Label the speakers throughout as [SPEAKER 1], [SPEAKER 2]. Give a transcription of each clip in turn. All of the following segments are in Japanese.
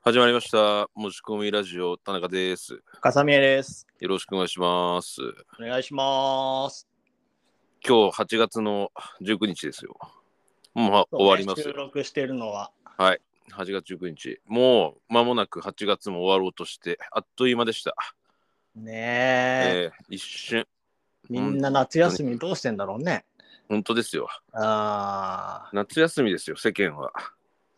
[SPEAKER 1] 始まりました。持ち込みラジオ、田中です。
[SPEAKER 2] 笠宮です。
[SPEAKER 1] よろしくお願いします。
[SPEAKER 2] お願いします。
[SPEAKER 1] 今日8月の19日ですよ。もうは終わります
[SPEAKER 2] 収
[SPEAKER 1] よ。
[SPEAKER 2] 録してるのは。
[SPEAKER 1] 8月19日。もう間もなく8月も終わろうとして、あっという間でした。
[SPEAKER 2] ね
[SPEAKER 1] え
[SPEAKER 2] え、
[SPEAKER 1] ー一瞬、
[SPEAKER 2] みんな夏休みどうしてんだろうね。
[SPEAKER 1] 本当ですよ。
[SPEAKER 2] ああ、
[SPEAKER 1] 夏休みですよ、世間は。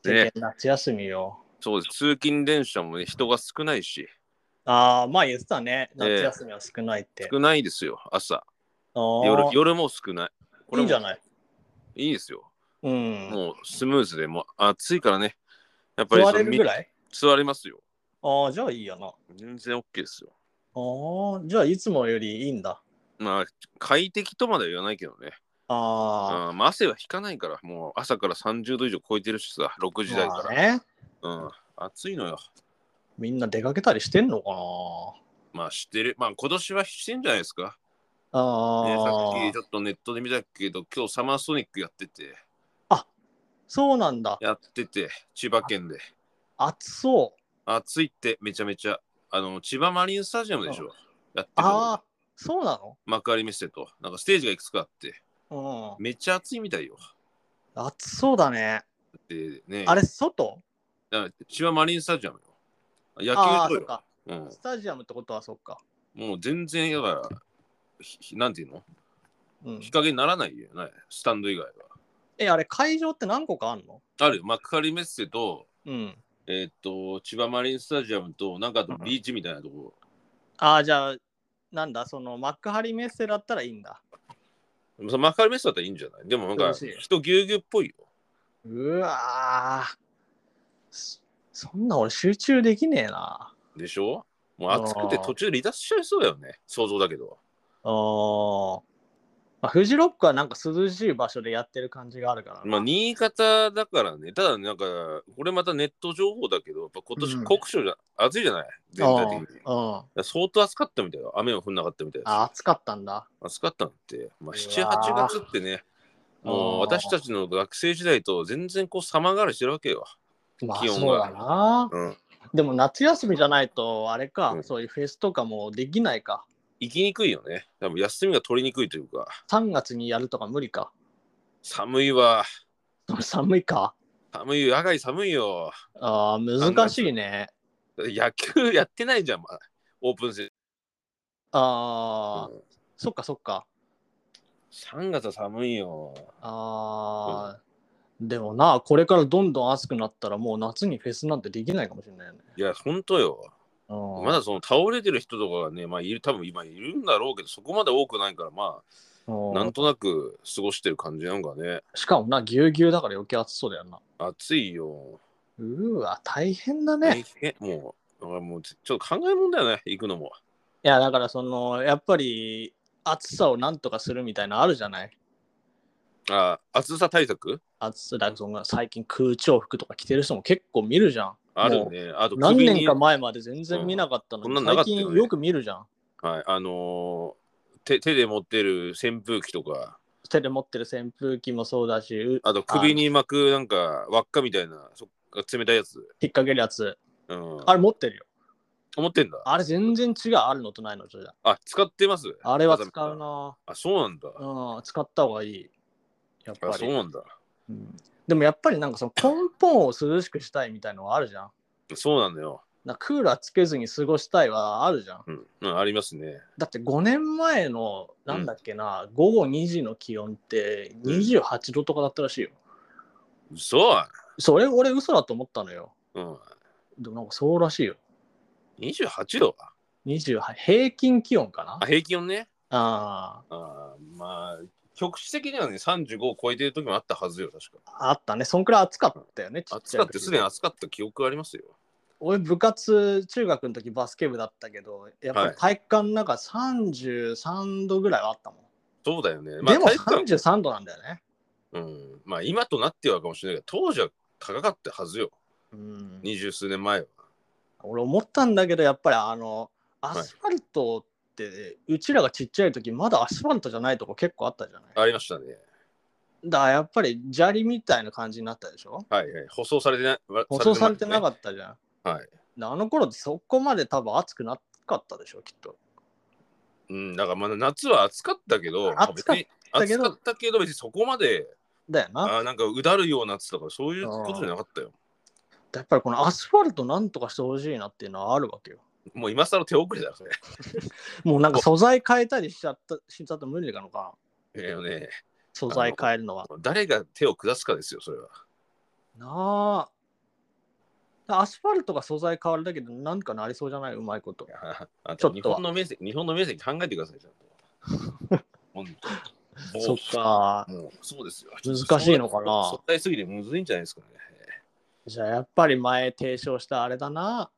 [SPEAKER 2] 世
[SPEAKER 1] ね、
[SPEAKER 2] 間夏休みよ。
[SPEAKER 1] そうです。通勤電車もね、人が少ないし、
[SPEAKER 2] ああ、まあ言ってたね。
[SPEAKER 1] ええ
[SPEAKER 2] 夏休みは少ないって。
[SPEAKER 1] 少ないですよ、朝。
[SPEAKER 2] あー
[SPEAKER 1] 夜夜も少ない。こ
[SPEAKER 2] い
[SPEAKER 1] れ
[SPEAKER 2] いん
[SPEAKER 1] も
[SPEAKER 2] じゃない
[SPEAKER 1] いいですよ。
[SPEAKER 2] うん。
[SPEAKER 1] もうスムーズで、もう暑いからね。やっぱり
[SPEAKER 2] 座
[SPEAKER 1] その
[SPEAKER 2] れるぐらい
[SPEAKER 1] 座れますよ。
[SPEAKER 2] ああ、じゃあいいよな。あ
[SPEAKER 1] 全然 OK ですよ。
[SPEAKER 2] あ、じゃあいつもよりいいんだ。
[SPEAKER 1] まあ、快適とまでは言わないけどね。
[SPEAKER 2] ああ、
[SPEAKER 1] うんまあ、汗は引かないから、もう朝から30度以上超えてるしさ、6時台か
[SPEAKER 2] まあ
[SPEAKER 1] ら。
[SPEAKER 2] ね。
[SPEAKER 1] うん、暑いのよ。
[SPEAKER 2] みんな出かけたりしてんのかな
[SPEAKER 1] まあ、知ってる。まあ、今年はしてんじゃないですか。
[SPEAKER 2] あ
[SPEAKER 1] ね、さ
[SPEAKER 2] あ、
[SPEAKER 1] っきちょっとネットで見たけど、今日サマーソニックやってて、
[SPEAKER 2] そうなんだ。
[SPEAKER 1] やってて、千葉県で。
[SPEAKER 2] 暑そう。
[SPEAKER 1] 暑いってめちゃめちゃ、あの、千葉マリンスタジアムでしょ。やってる
[SPEAKER 2] ああ、そうなの
[SPEAKER 1] 幕張メッセと、なんかステージがいくつかあって、
[SPEAKER 2] うん。
[SPEAKER 1] めっちゃ暑いみたいよ。
[SPEAKER 2] 暑そうだね。
[SPEAKER 1] でね、
[SPEAKER 2] あれ、外
[SPEAKER 1] だから千葉マリンスタジアムよ。野球
[SPEAKER 2] ああ、
[SPEAKER 1] と
[SPEAKER 2] そっ
[SPEAKER 1] よ。
[SPEAKER 2] か。
[SPEAKER 1] うん、
[SPEAKER 2] スタジアムってことはそっか。
[SPEAKER 1] もう全然、だから、ひひなんていうの
[SPEAKER 2] うん
[SPEAKER 1] 日、陰にならないよね、スタンド以外は。
[SPEAKER 2] え、あれ、会場って何個かあんの
[SPEAKER 1] あるよ、幕張メッセと、
[SPEAKER 2] うん。
[SPEAKER 1] えーっと、千葉マリンスタジアムと、なんかあとビーチみたいなとこ
[SPEAKER 2] ああ、じゃあ、なんだ、その、幕張メッセだったらいいんだ。
[SPEAKER 1] ろ。その幕張メッセだったらいいんじゃないでもなんか
[SPEAKER 2] 涼しい
[SPEAKER 1] 人ぎゅうぎゅうっぽいよ。
[SPEAKER 2] うわーそそんな俺集中できねえな。
[SPEAKER 1] でしょもう暑くて
[SPEAKER 2] あー
[SPEAKER 1] 途中で離脱しちゃいそうだよね。想像だけど。
[SPEAKER 2] あー、まあ、フジロックはなんか涼しい場所でやってる感じがあるからな。
[SPEAKER 1] まあ新潟だからね、ただなんか、これまたネット情報だけど、やっぱ今
[SPEAKER 2] う
[SPEAKER 1] 年
[SPEAKER 2] ん
[SPEAKER 1] 酷暑じゃ、暑いじゃない全体的に。
[SPEAKER 2] あー、うん、
[SPEAKER 1] だから相当暑かったみたいよ。雨は降んなかったみたいです。
[SPEAKER 2] あ暑かったんだ。
[SPEAKER 1] 暑かったのって、まあ、
[SPEAKER 2] う
[SPEAKER 1] 7、
[SPEAKER 2] わ
[SPEAKER 1] 8
[SPEAKER 2] ー
[SPEAKER 1] 月ってね、もう
[SPEAKER 2] あー
[SPEAKER 1] 私たちの学生時代と全然こう様変わりしてるわけよ。
[SPEAKER 2] まあ、
[SPEAKER 1] 気温が
[SPEAKER 2] そうだな。
[SPEAKER 1] うん。
[SPEAKER 2] でも夏休みじゃないとあれか、
[SPEAKER 1] うん
[SPEAKER 2] そういうフェスとかもできないか
[SPEAKER 1] 行きにくいよね。多分休みが取りにくいというか、
[SPEAKER 2] 3月にやるとか無理か
[SPEAKER 1] 寒いわ。
[SPEAKER 2] それ寒いか
[SPEAKER 1] 寒いよ、野外寒いよ。
[SPEAKER 2] あー難しいね
[SPEAKER 1] 野球やってないじゃん、まあ、オープン戦。
[SPEAKER 2] あー、
[SPEAKER 1] うん
[SPEAKER 2] そっかそっか
[SPEAKER 1] 3月は寒いよ。
[SPEAKER 2] あー、でもなこれからどんどん暑くなったらもう夏にフェスなんてできないかもしれないよね
[SPEAKER 1] いや、ほんとよ。
[SPEAKER 2] うん
[SPEAKER 1] まだその倒れてる人とかがね、まあ、いる、多分今いるんだろうけど、そこまで多くないから、ま
[SPEAKER 2] う
[SPEAKER 1] あ、
[SPEAKER 2] ん
[SPEAKER 1] なんとなく過ごしてる感じなんかね。
[SPEAKER 2] しかもなぎゅうぎゅうだから余計暑そうだよな
[SPEAKER 1] 暑いよ。
[SPEAKER 2] うーわ大変だね
[SPEAKER 1] 大変もう、だからもうちょっと考えもんだよね、行くのも。
[SPEAKER 2] いやだからそのやっぱり暑さをなんとかするみたいなのあるじゃない
[SPEAKER 1] あ暑さ対策
[SPEAKER 2] 暑さだからその最近空調服とか着てる人も結構見るじゃん。
[SPEAKER 1] ある
[SPEAKER 2] もう
[SPEAKER 1] ね。あと
[SPEAKER 2] 何
[SPEAKER 1] 首に
[SPEAKER 2] 年か前まで全然見なかったの
[SPEAKER 1] うん
[SPEAKER 2] に、
[SPEAKER 1] こんなのなか
[SPEAKER 2] 最
[SPEAKER 1] ったよね
[SPEAKER 2] 近よく見るじゃん。
[SPEAKER 1] はい、あのー手、手で持ってる扇風機とか、
[SPEAKER 2] 手で持ってる扇風機もそうだし、う
[SPEAKER 1] あと首に巻くなんか輪っかみたいな、そっか冷たいやつ。
[SPEAKER 2] 引っ掛けるやつ。
[SPEAKER 1] うん、
[SPEAKER 2] あれ持ってるよ。
[SPEAKER 1] 思ってんだ。
[SPEAKER 2] あれ全然違う。あるのとないのとじゃ。
[SPEAKER 1] あ、使ってます
[SPEAKER 2] あれは使う。な。
[SPEAKER 1] あ、そうなんだ。
[SPEAKER 2] うん、使った方がいい。やっ
[SPEAKER 1] あ、
[SPEAKER 2] ぱ
[SPEAKER 1] そう
[SPEAKER 2] り。
[SPEAKER 1] なんだ。
[SPEAKER 2] うんでもやっぱりなんかその根本を涼しくしたいみたいのはあるじゃん。
[SPEAKER 1] そうなんだよ。
[SPEAKER 2] なんかクーラーつけずに過ごしたいはあるじゃん。
[SPEAKER 1] うん、うん、ありますね。
[SPEAKER 2] だって5年前のなんだっけな、午後2時の気温って28度とかだったらしいよ。
[SPEAKER 1] 嘘
[SPEAKER 2] それ俺嘘だと思ったのよ。
[SPEAKER 1] うん。
[SPEAKER 2] でもなんかそうらしいよ。
[SPEAKER 1] 28度
[SPEAKER 2] 28平均気温かな
[SPEAKER 1] あ、平均温ね。
[SPEAKER 2] あ
[SPEAKER 1] あーまあ、局地的にはね、35を超えてる時もあったはずよ、確か。
[SPEAKER 2] ああったね。そんくらい暑かったよね。ち
[SPEAKER 1] 暑
[SPEAKER 2] ちゃ
[SPEAKER 1] か
[SPEAKER 2] い
[SPEAKER 1] っ
[SPEAKER 2] 時
[SPEAKER 1] た、すでに暑かった記憶ありますよ。
[SPEAKER 2] 俺部活中学の時バスケ部だったけど、やっぱり体育館の中33度ぐらいはあったもん。
[SPEAKER 1] そうだよね。まあ、
[SPEAKER 2] でも
[SPEAKER 1] 体育館
[SPEAKER 2] 33度なんだよね。
[SPEAKER 1] うん。まあ、今となってはかもしれないけど、当時は高かったはずよ。
[SPEAKER 2] うん、
[SPEAKER 1] 二十数年前は。
[SPEAKER 2] 俺思ったんだけどやっぱりあのアスファルトって、うちらがちっちゃい時まだアスファルトじゃないとこ結構あったじゃない
[SPEAKER 1] ありましたね。
[SPEAKER 2] だからやっぱり砂利みたいな感じになったでしょ
[SPEAKER 1] はいはい。舗装されてない。
[SPEAKER 2] 舗装されてな
[SPEAKER 1] かっ
[SPEAKER 2] かったじゃん、
[SPEAKER 1] はい
[SPEAKER 2] であの頃ってそこまで多分暑くなかったでしょきっと
[SPEAKER 1] うん、だからまだ夏は暑かったけど、
[SPEAKER 2] 暑かったけ
[SPEAKER 1] まあ別に暑かったけど、別にそこまで、
[SPEAKER 2] だよな
[SPEAKER 1] あーなんかうだるような暑さとか、そういうことじゃなかったよ。
[SPEAKER 2] やっぱりこのアスファルトなんとかしてほしいなっていうのはあるわけよ
[SPEAKER 1] もう今更手遅れだ、それ。
[SPEAKER 2] もうなんか素材変えたりしちゃったしちゃったら無理なのか
[SPEAKER 1] えーね、
[SPEAKER 2] 素材変えるのは
[SPEAKER 1] 誰が手を下すかですよ、それは。
[SPEAKER 2] なあアスファルトが素材変わるだけでなんかなりそうじゃないうまいこと
[SPEAKER 1] いやあ
[SPEAKER 2] ちょっとは
[SPEAKER 1] 日本の面積、日本の面積考えてください、ちゃんと。 本当に
[SPEAKER 2] そっ。か
[SPEAKER 1] もうもうそうですよ。
[SPEAKER 2] 難しいのかな
[SPEAKER 1] そったいすぎてむずいんじゃないですかね。
[SPEAKER 2] じゃあやっぱり前提唱したあれだな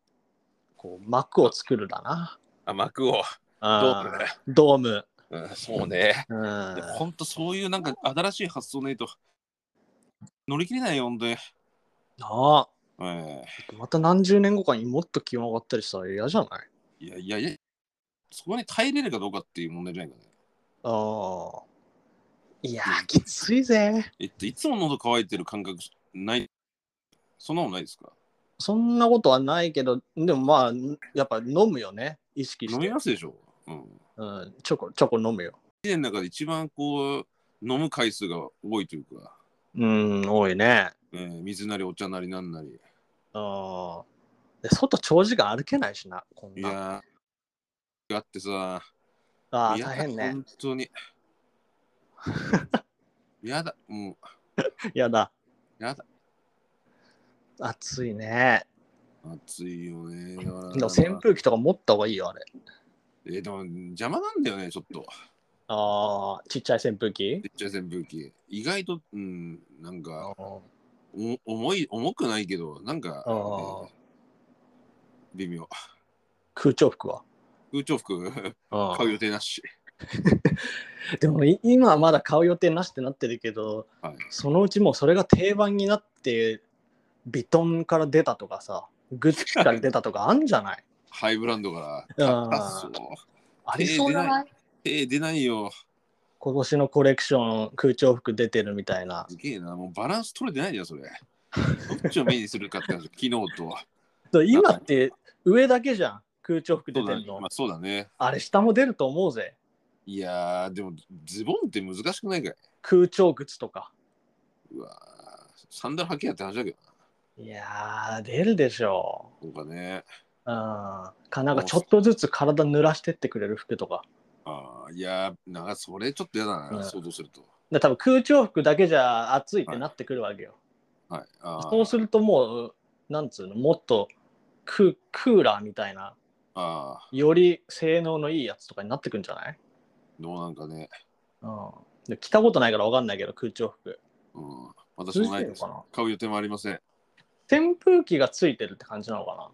[SPEAKER 2] こう幕を作るだな
[SPEAKER 1] あ、幕を。どう
[SPEAKER 2] あ
[SPEAKER 1] か
[SPEAKER 2] ー
[SPEAKER 1] ね
[SPEAKER 2] ドーム
[SPEAKER 1] うん、そうね。
[SPEAKER 2] うん
[SPEAKER 1] 本当そういうなんか新しい発想ないと乗り切れないよ、本当に。
[SPEAKER 2] なあ
[SPEAKER 1] え
[SPEAKER 2] また何十年後かにもっと気温上がったりしたら嫌じゃない
[SPEAKER 1] えいやいやいや、そこに耐えれるかどうかっていう問題じゃないかね。
[SPEAKER 2] あーいやーきついぜ
[SPEAKER 1] えっと、いつも喉乾いてる感覚ない、そんなもんないですか
[SPEAKER 2] そんなことはないけど、でもまあ、やっぱ飲むよね、意識し
[SPEAKER 1] 飲み
[SPEAKER 2] て。
[SPEAKER 1] ますでしょうん。
[SPEAKER 2] うん、チョコ、チョコ飲むよ。
[SPEAKER 1] 一年の中で一番こう、飲む回数が多いというか、
[SPEAKER 2] うん、多いね。
[SPEAKER 1] えー水なりお茶なりなんなり。
[SPEAKER 2] うん。で外長時間歩けないしな、こん
[SPEAKER 1] い
[SPEAKER 2] な。
[SPEAKER 1] やー、あってさ、
[SPEAKER 2] ああ、
[SPEAKER 1] いや
[SPEAKER 2] 大変ね。
[SPEAKER 1] 本当に。 やだ、も
[SPEAKER 2] やだ。
[SPEAKER 1] う、やだ。
[SPEAKER 2] 暑いね。
[SPEAKER 1] 暑いよね。だから
[SPEAKER 2] でも扇風機とか持った方がいいよ、あれ。
[SPEAKER 1] えーでも邪魔なんだよね、ちょっと。
[SPEAKER 2] ああ、ちっちゃい扇風機
[SPEAKER 1] めっちゃ扇風機。意外と、うん、なん
[SPEAKER 2] う
[SPEAKER 1] か、
[SPEAKER 2] ん
[SPEAKER 1] お重い、重くないけど、なんか、
[SPEAKER 2] あー
[SPEAKER 1] 微妙。
[SPEAKER 2] 空調服は。
[SPEAKER 1] 空調服
[SPEAKER 2] うん
[SPEAKER 1] 買う予定なし。
[SPEAKER 2] でもい今はまだ買う予定なしってなってるけど、
[SPEAKER 1] はい
[SPEAKER 2] そのうちもうそれが定番になってビトンから出たとかさグッチから出たとかあんじゃない
[SPEAKER 1] ハイブランドから。
[SPEAKER 2] あー
[SPEAKER 1] そう。
[SPEAKER 2] ありそうじゃない
[SPEAKER 1] 手出ないよ。
[SPEAKER 2] 今年のコレクション空調服出てるみたいな
[SPEAKER 1] すげえな。もうバランス取れてないじゃん、それ。どっちを目にするかって話、昨日と。
[SPEAKER 2] で今って上だけじゃん空調
[SPEAKER 1] そ
[SPEAKER 2] 服 出
[SPEAKER 1] う
[SPEAKER 2] て
[SPEAKER 1] だね。
[SPEAKER 2] るの、
[SPEAKER 1] まあ、そうだね。
[SPEAKER 2] あれ下も出ると思うぜ
[SPEAKER 1] いやー、でも、ズボンって難しくないかい
[SPEAKER 2] 空調靴とか
[SPEAKER 1] うわーサンダル履けやって話だけど
[SPEAKER 2] いやー出るでしょ
[SPEAKER 1] な。そうかね。
[SPEAKER 2] う、うん、かなんかちょっとずつ体濡らしてってくれる服とか
[SPEAKER 1] ああ、いやー、なんかそれちょっと嫌だな、
[SPEAKER 2] うん
[SPEAKER 1] 想像すると。
[SPEAKER 2] で多分空調服だけじゃ暑いってなってくるわけよ、
[SPEAKER 1] はい。あー
[SPEAKER 2] そうするともう、なんつうの、もっとククーラーみたいな、
[SPEAKER 1] ああ、
[SPEAKER 2] より性能のいいやつとかになってくんじゃない、
[SPEAKER 1] どうなんかね。
[SPEAKER 2] うん、で着たことないから分かんないけど、空調服。
[SPEAKER 1] うん。私もないです
[SPEAKER 2] 涼しいのかな。
[SPEAKER 1] 買う予定もありません。
[SPEAKER 2] 扇風機がついてるって感じなのかな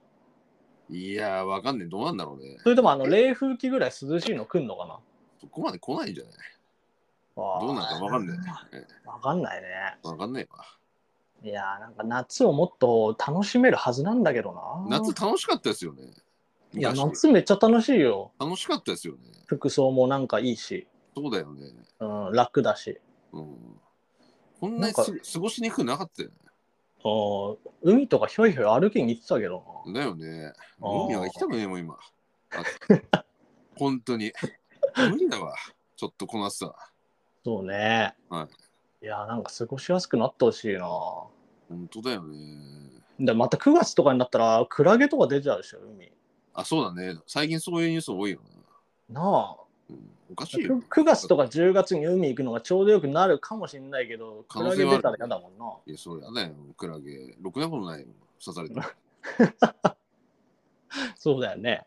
[SPEAKER 2] い
[SPEAKER 1] やー、わかんねえ。どうなんだろうね。
[SPEAKER 2] それともあの冷風機ぐらい涼しいの来んのかな
[SPEAKER 1] そこまで来ないんじゃないど
[SPEAKER 2] ど
[SPEAKER 1] うなんかわかんねえ。え
[SPEAKER 2] 分かんないね。
[SPEAKER 1] わかんねえわ。
[SPEAKER 2] いやーなんか夏をもっと楽しめるはずなんだけどな。
[SPEAKER 1] 夏楽しかったですよね。
[SPEAKER 2] いや、
[SPEAKER 1] 昔
[SPEAKER 2] 夏めっちゃ楽しいよ。
[SPEAKER 1] 楽しかったですよね。
[SPEAKER 2] 服装もなんかいいし、
[SPEAKER 1] そうだよね。
[SPEAKER 2] うん、楽だし。
[SPEAKER 1] うん。こんなに
[SPEAKER 2] なんか
[SPEAKER 1] す過ごしにくくなかったよ
[SPEAKER 2] うん海とかひょいひょい歩きに行ってたけどな。
[SPEAKER 1] ね。だよね。
[SPEAKER 2] あー
[SPEAKER 1] 海は行きたくねえもん、今。あ 本当に。無理だわ。ちょっとこなすさ。
[SPEAKER 2] そうね。。
[SPEAKER 1] はい
[SPEAKER 2] や、なんか過ごしやすくなってほしいな。
[SPEAKER 1] 本当だよね。
[SPEAKER 2] で、また9月とかになったら、クラゲとか出ちゃうでしょ、海。
[SPEAKER 1] あ、そうだね。最近そういうニュース多いよ
[SPEAKER 2] なあ。
[SPEAKER 1] な。うん、おかしいよ
[SPEAKER 2] 9。月とか10月に海行くのがちょうどよくなるかもしれないけど、ク
[SPEAKER 1] 可
[SPEAKER 2] ラ
[SPEAKER 1] 能性
[SPEAKER 2] ゲ
[SPEAKER 1] はあ
[SPEAKER 2] 出
[SPEAKER 1] る
[SPEAKER 2] たら嫌だもんない
[SPEAKER 1] や、それやだよ。クラゲ。ろくなことないよ。刺 された。
[SPEAKER 2] そうだよね。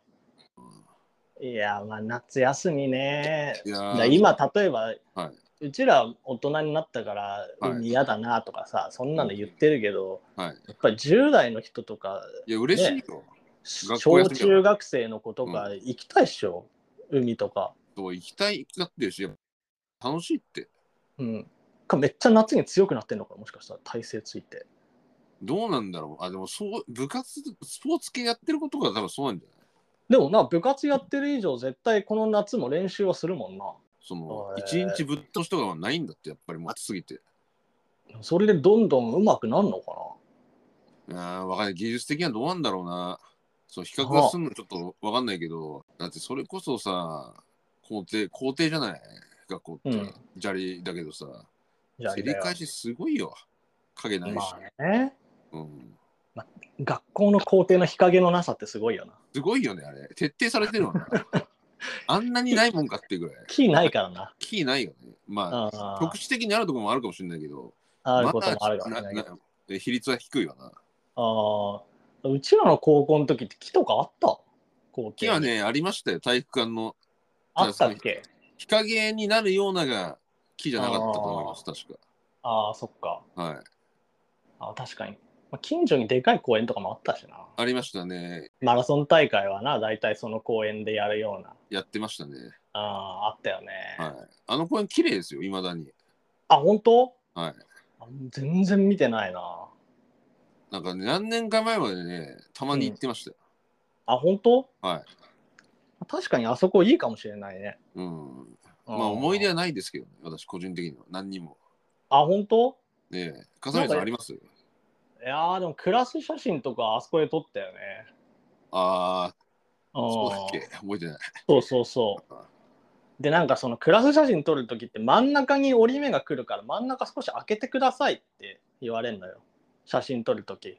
[SPEAKER 2] いや、まあ夏休みね。
[SPEAKER 1] いや
[SPEAKER 2] だから
[SPEAKER 1] ー
[SPEAKER 2] 今、例えば、
[SPEAKER 1] は
[SPEAKER 2] うちら大人になったから
[SPEAKER 1] はい
[SPEAKER 2] 海嫌だなとかさ、そんなの言ってるけど、
[SPEAKER 1] はい。
[SPEAKER 2] やっぱり10代の人とか、
[SPEAKER 1] いや、嬉しいよ。学校
[SPEAKER 2] 小
[SPEAKER 1] 休みだから
[SPEAKER 2] 中学生の子とか行きたいっしょ、海とか。
[SPEAKER 1] そう行きたい、行きたくてるし、やっぱ楽しいって。
[SPEAKER 2] うん。かめっちゃ夏に強くなってんのかもしかしたら体勢ついて。
[SPEAKER 1] どうなんだろう。あ、でもそう、部活、スポーツ系やってることが多分そうなんじゃない
[SPEAKER 2] でもな、部活やってる以上、絶対この夏も練習はするもんな。
[SPEAKER 1] その
[SPEAKER 2] お、い
[SPEAKER 1] 一日ぶっ通しとかはないんだって、やっぱりもう暑すぎて。
[SPEAKER 2] それでどんどん上手くなるのか
[SPEAKER 1] あーわかんない。技術的にはどうなんだろうな。そう、比較がすんのちょっとわかんないけど、だってそれこそさ、校庭、校庭じゃない学校って、
[SPEAKER 2] うん
[SPEAKER 1] 砂利だけどさ、
[SPEAKER 2] じゃあ
[SPEAKER 1] 照り返しすごいよ。影ないし。
[SPEAKER 2] まあね
[SPEAKER 1] うん、
[SPEAKER 2] 学校の校庭の日陰のなさってすごいよな
[SPEAKER 1] すごいよね、あれ。徹底されてるわな。 あんなにないもんかってぐらい。
[SPEAKER 2] 木ないからな
[SPEAKER 1] キーないよね。まあ、
[SPEAKER 2] あー
[SPEAKER 1] 局地的にあるところもあるかもしれないけど、
[SPEAKER 2] あることもあるか
[SPEAKER 1] ま
[SPEAKER 2] も
[SPEAKER 1] だ
[SPEAKER 2] しれないけど
[SPEAKER 1] なな比率は低いわな。
[SPEAKER 2] ああうちらの高校の時って木とかあった校
[SPEAKER 1] 木
[SPEAKER 2] 庭
[SPEAKER 1] は
[SPEAKER 2] に
[SPEAKER 1] ね、ありましたよ、体育館の。
[SPEAKER 2] あったっけ
[SPEAKER 1] 日陰になるようなが木じゃなかったと思います、確
[SPEAKER 2] ああそっか
[SPEAKER 1] か。はい。
[SPEAKER 2] あー確かに、まあ、近所にでかい公園とかもあったしな
[SPEAKER 1] ありましたね。
[SPEAKER 2] マラソン大会はな大体その公園でやるような
[SPEAKER 1] やってましたね。
[SPEAKER 2] あーあったよね、
[SPEAKER 1] はい。あの公園、綺麗ですよ、いまだに。
[SPEAKER 2] あ本当
[SPEAKER 1] はい。
[SPEAKER 2] あ全然見てないな
[SPEAKER 1] なんかね、何年か前までね、たまに行ってましたよ。
[SPEAKER 2] あ本当
[SPEAKER 1] はい。
[SPEAKER 2] 確かにあそこいいかもしれないね
[SPEAKER 1] うん。
[SPEAKER 2] う
[SPEAKER 1] ま
[SPEAKER 2] ん
[SPEAKER 1] あ、思い出はないですけどね、私、個人的には。何にも。
[SPEAKER 2] あ本当
[SPEAKER 1] ねえ、笠宮さんあります
[SPEAKER 2] いやーでもクラス写真とかあそこで撮ったよね
[SPEAKER 1] あ
[SPEAKER 2] あ
[SPEAKER 1] あ、
[SPEAKER 2] ー
[SPEAKER 1] そうだっけ覚えてない。
[SPEAKER 2] そうそうそうでなんかそのクラス写真撮るときって真ん中に折り目が来るから真ん中少し開けてくださいって言われるのよ写真撮るとき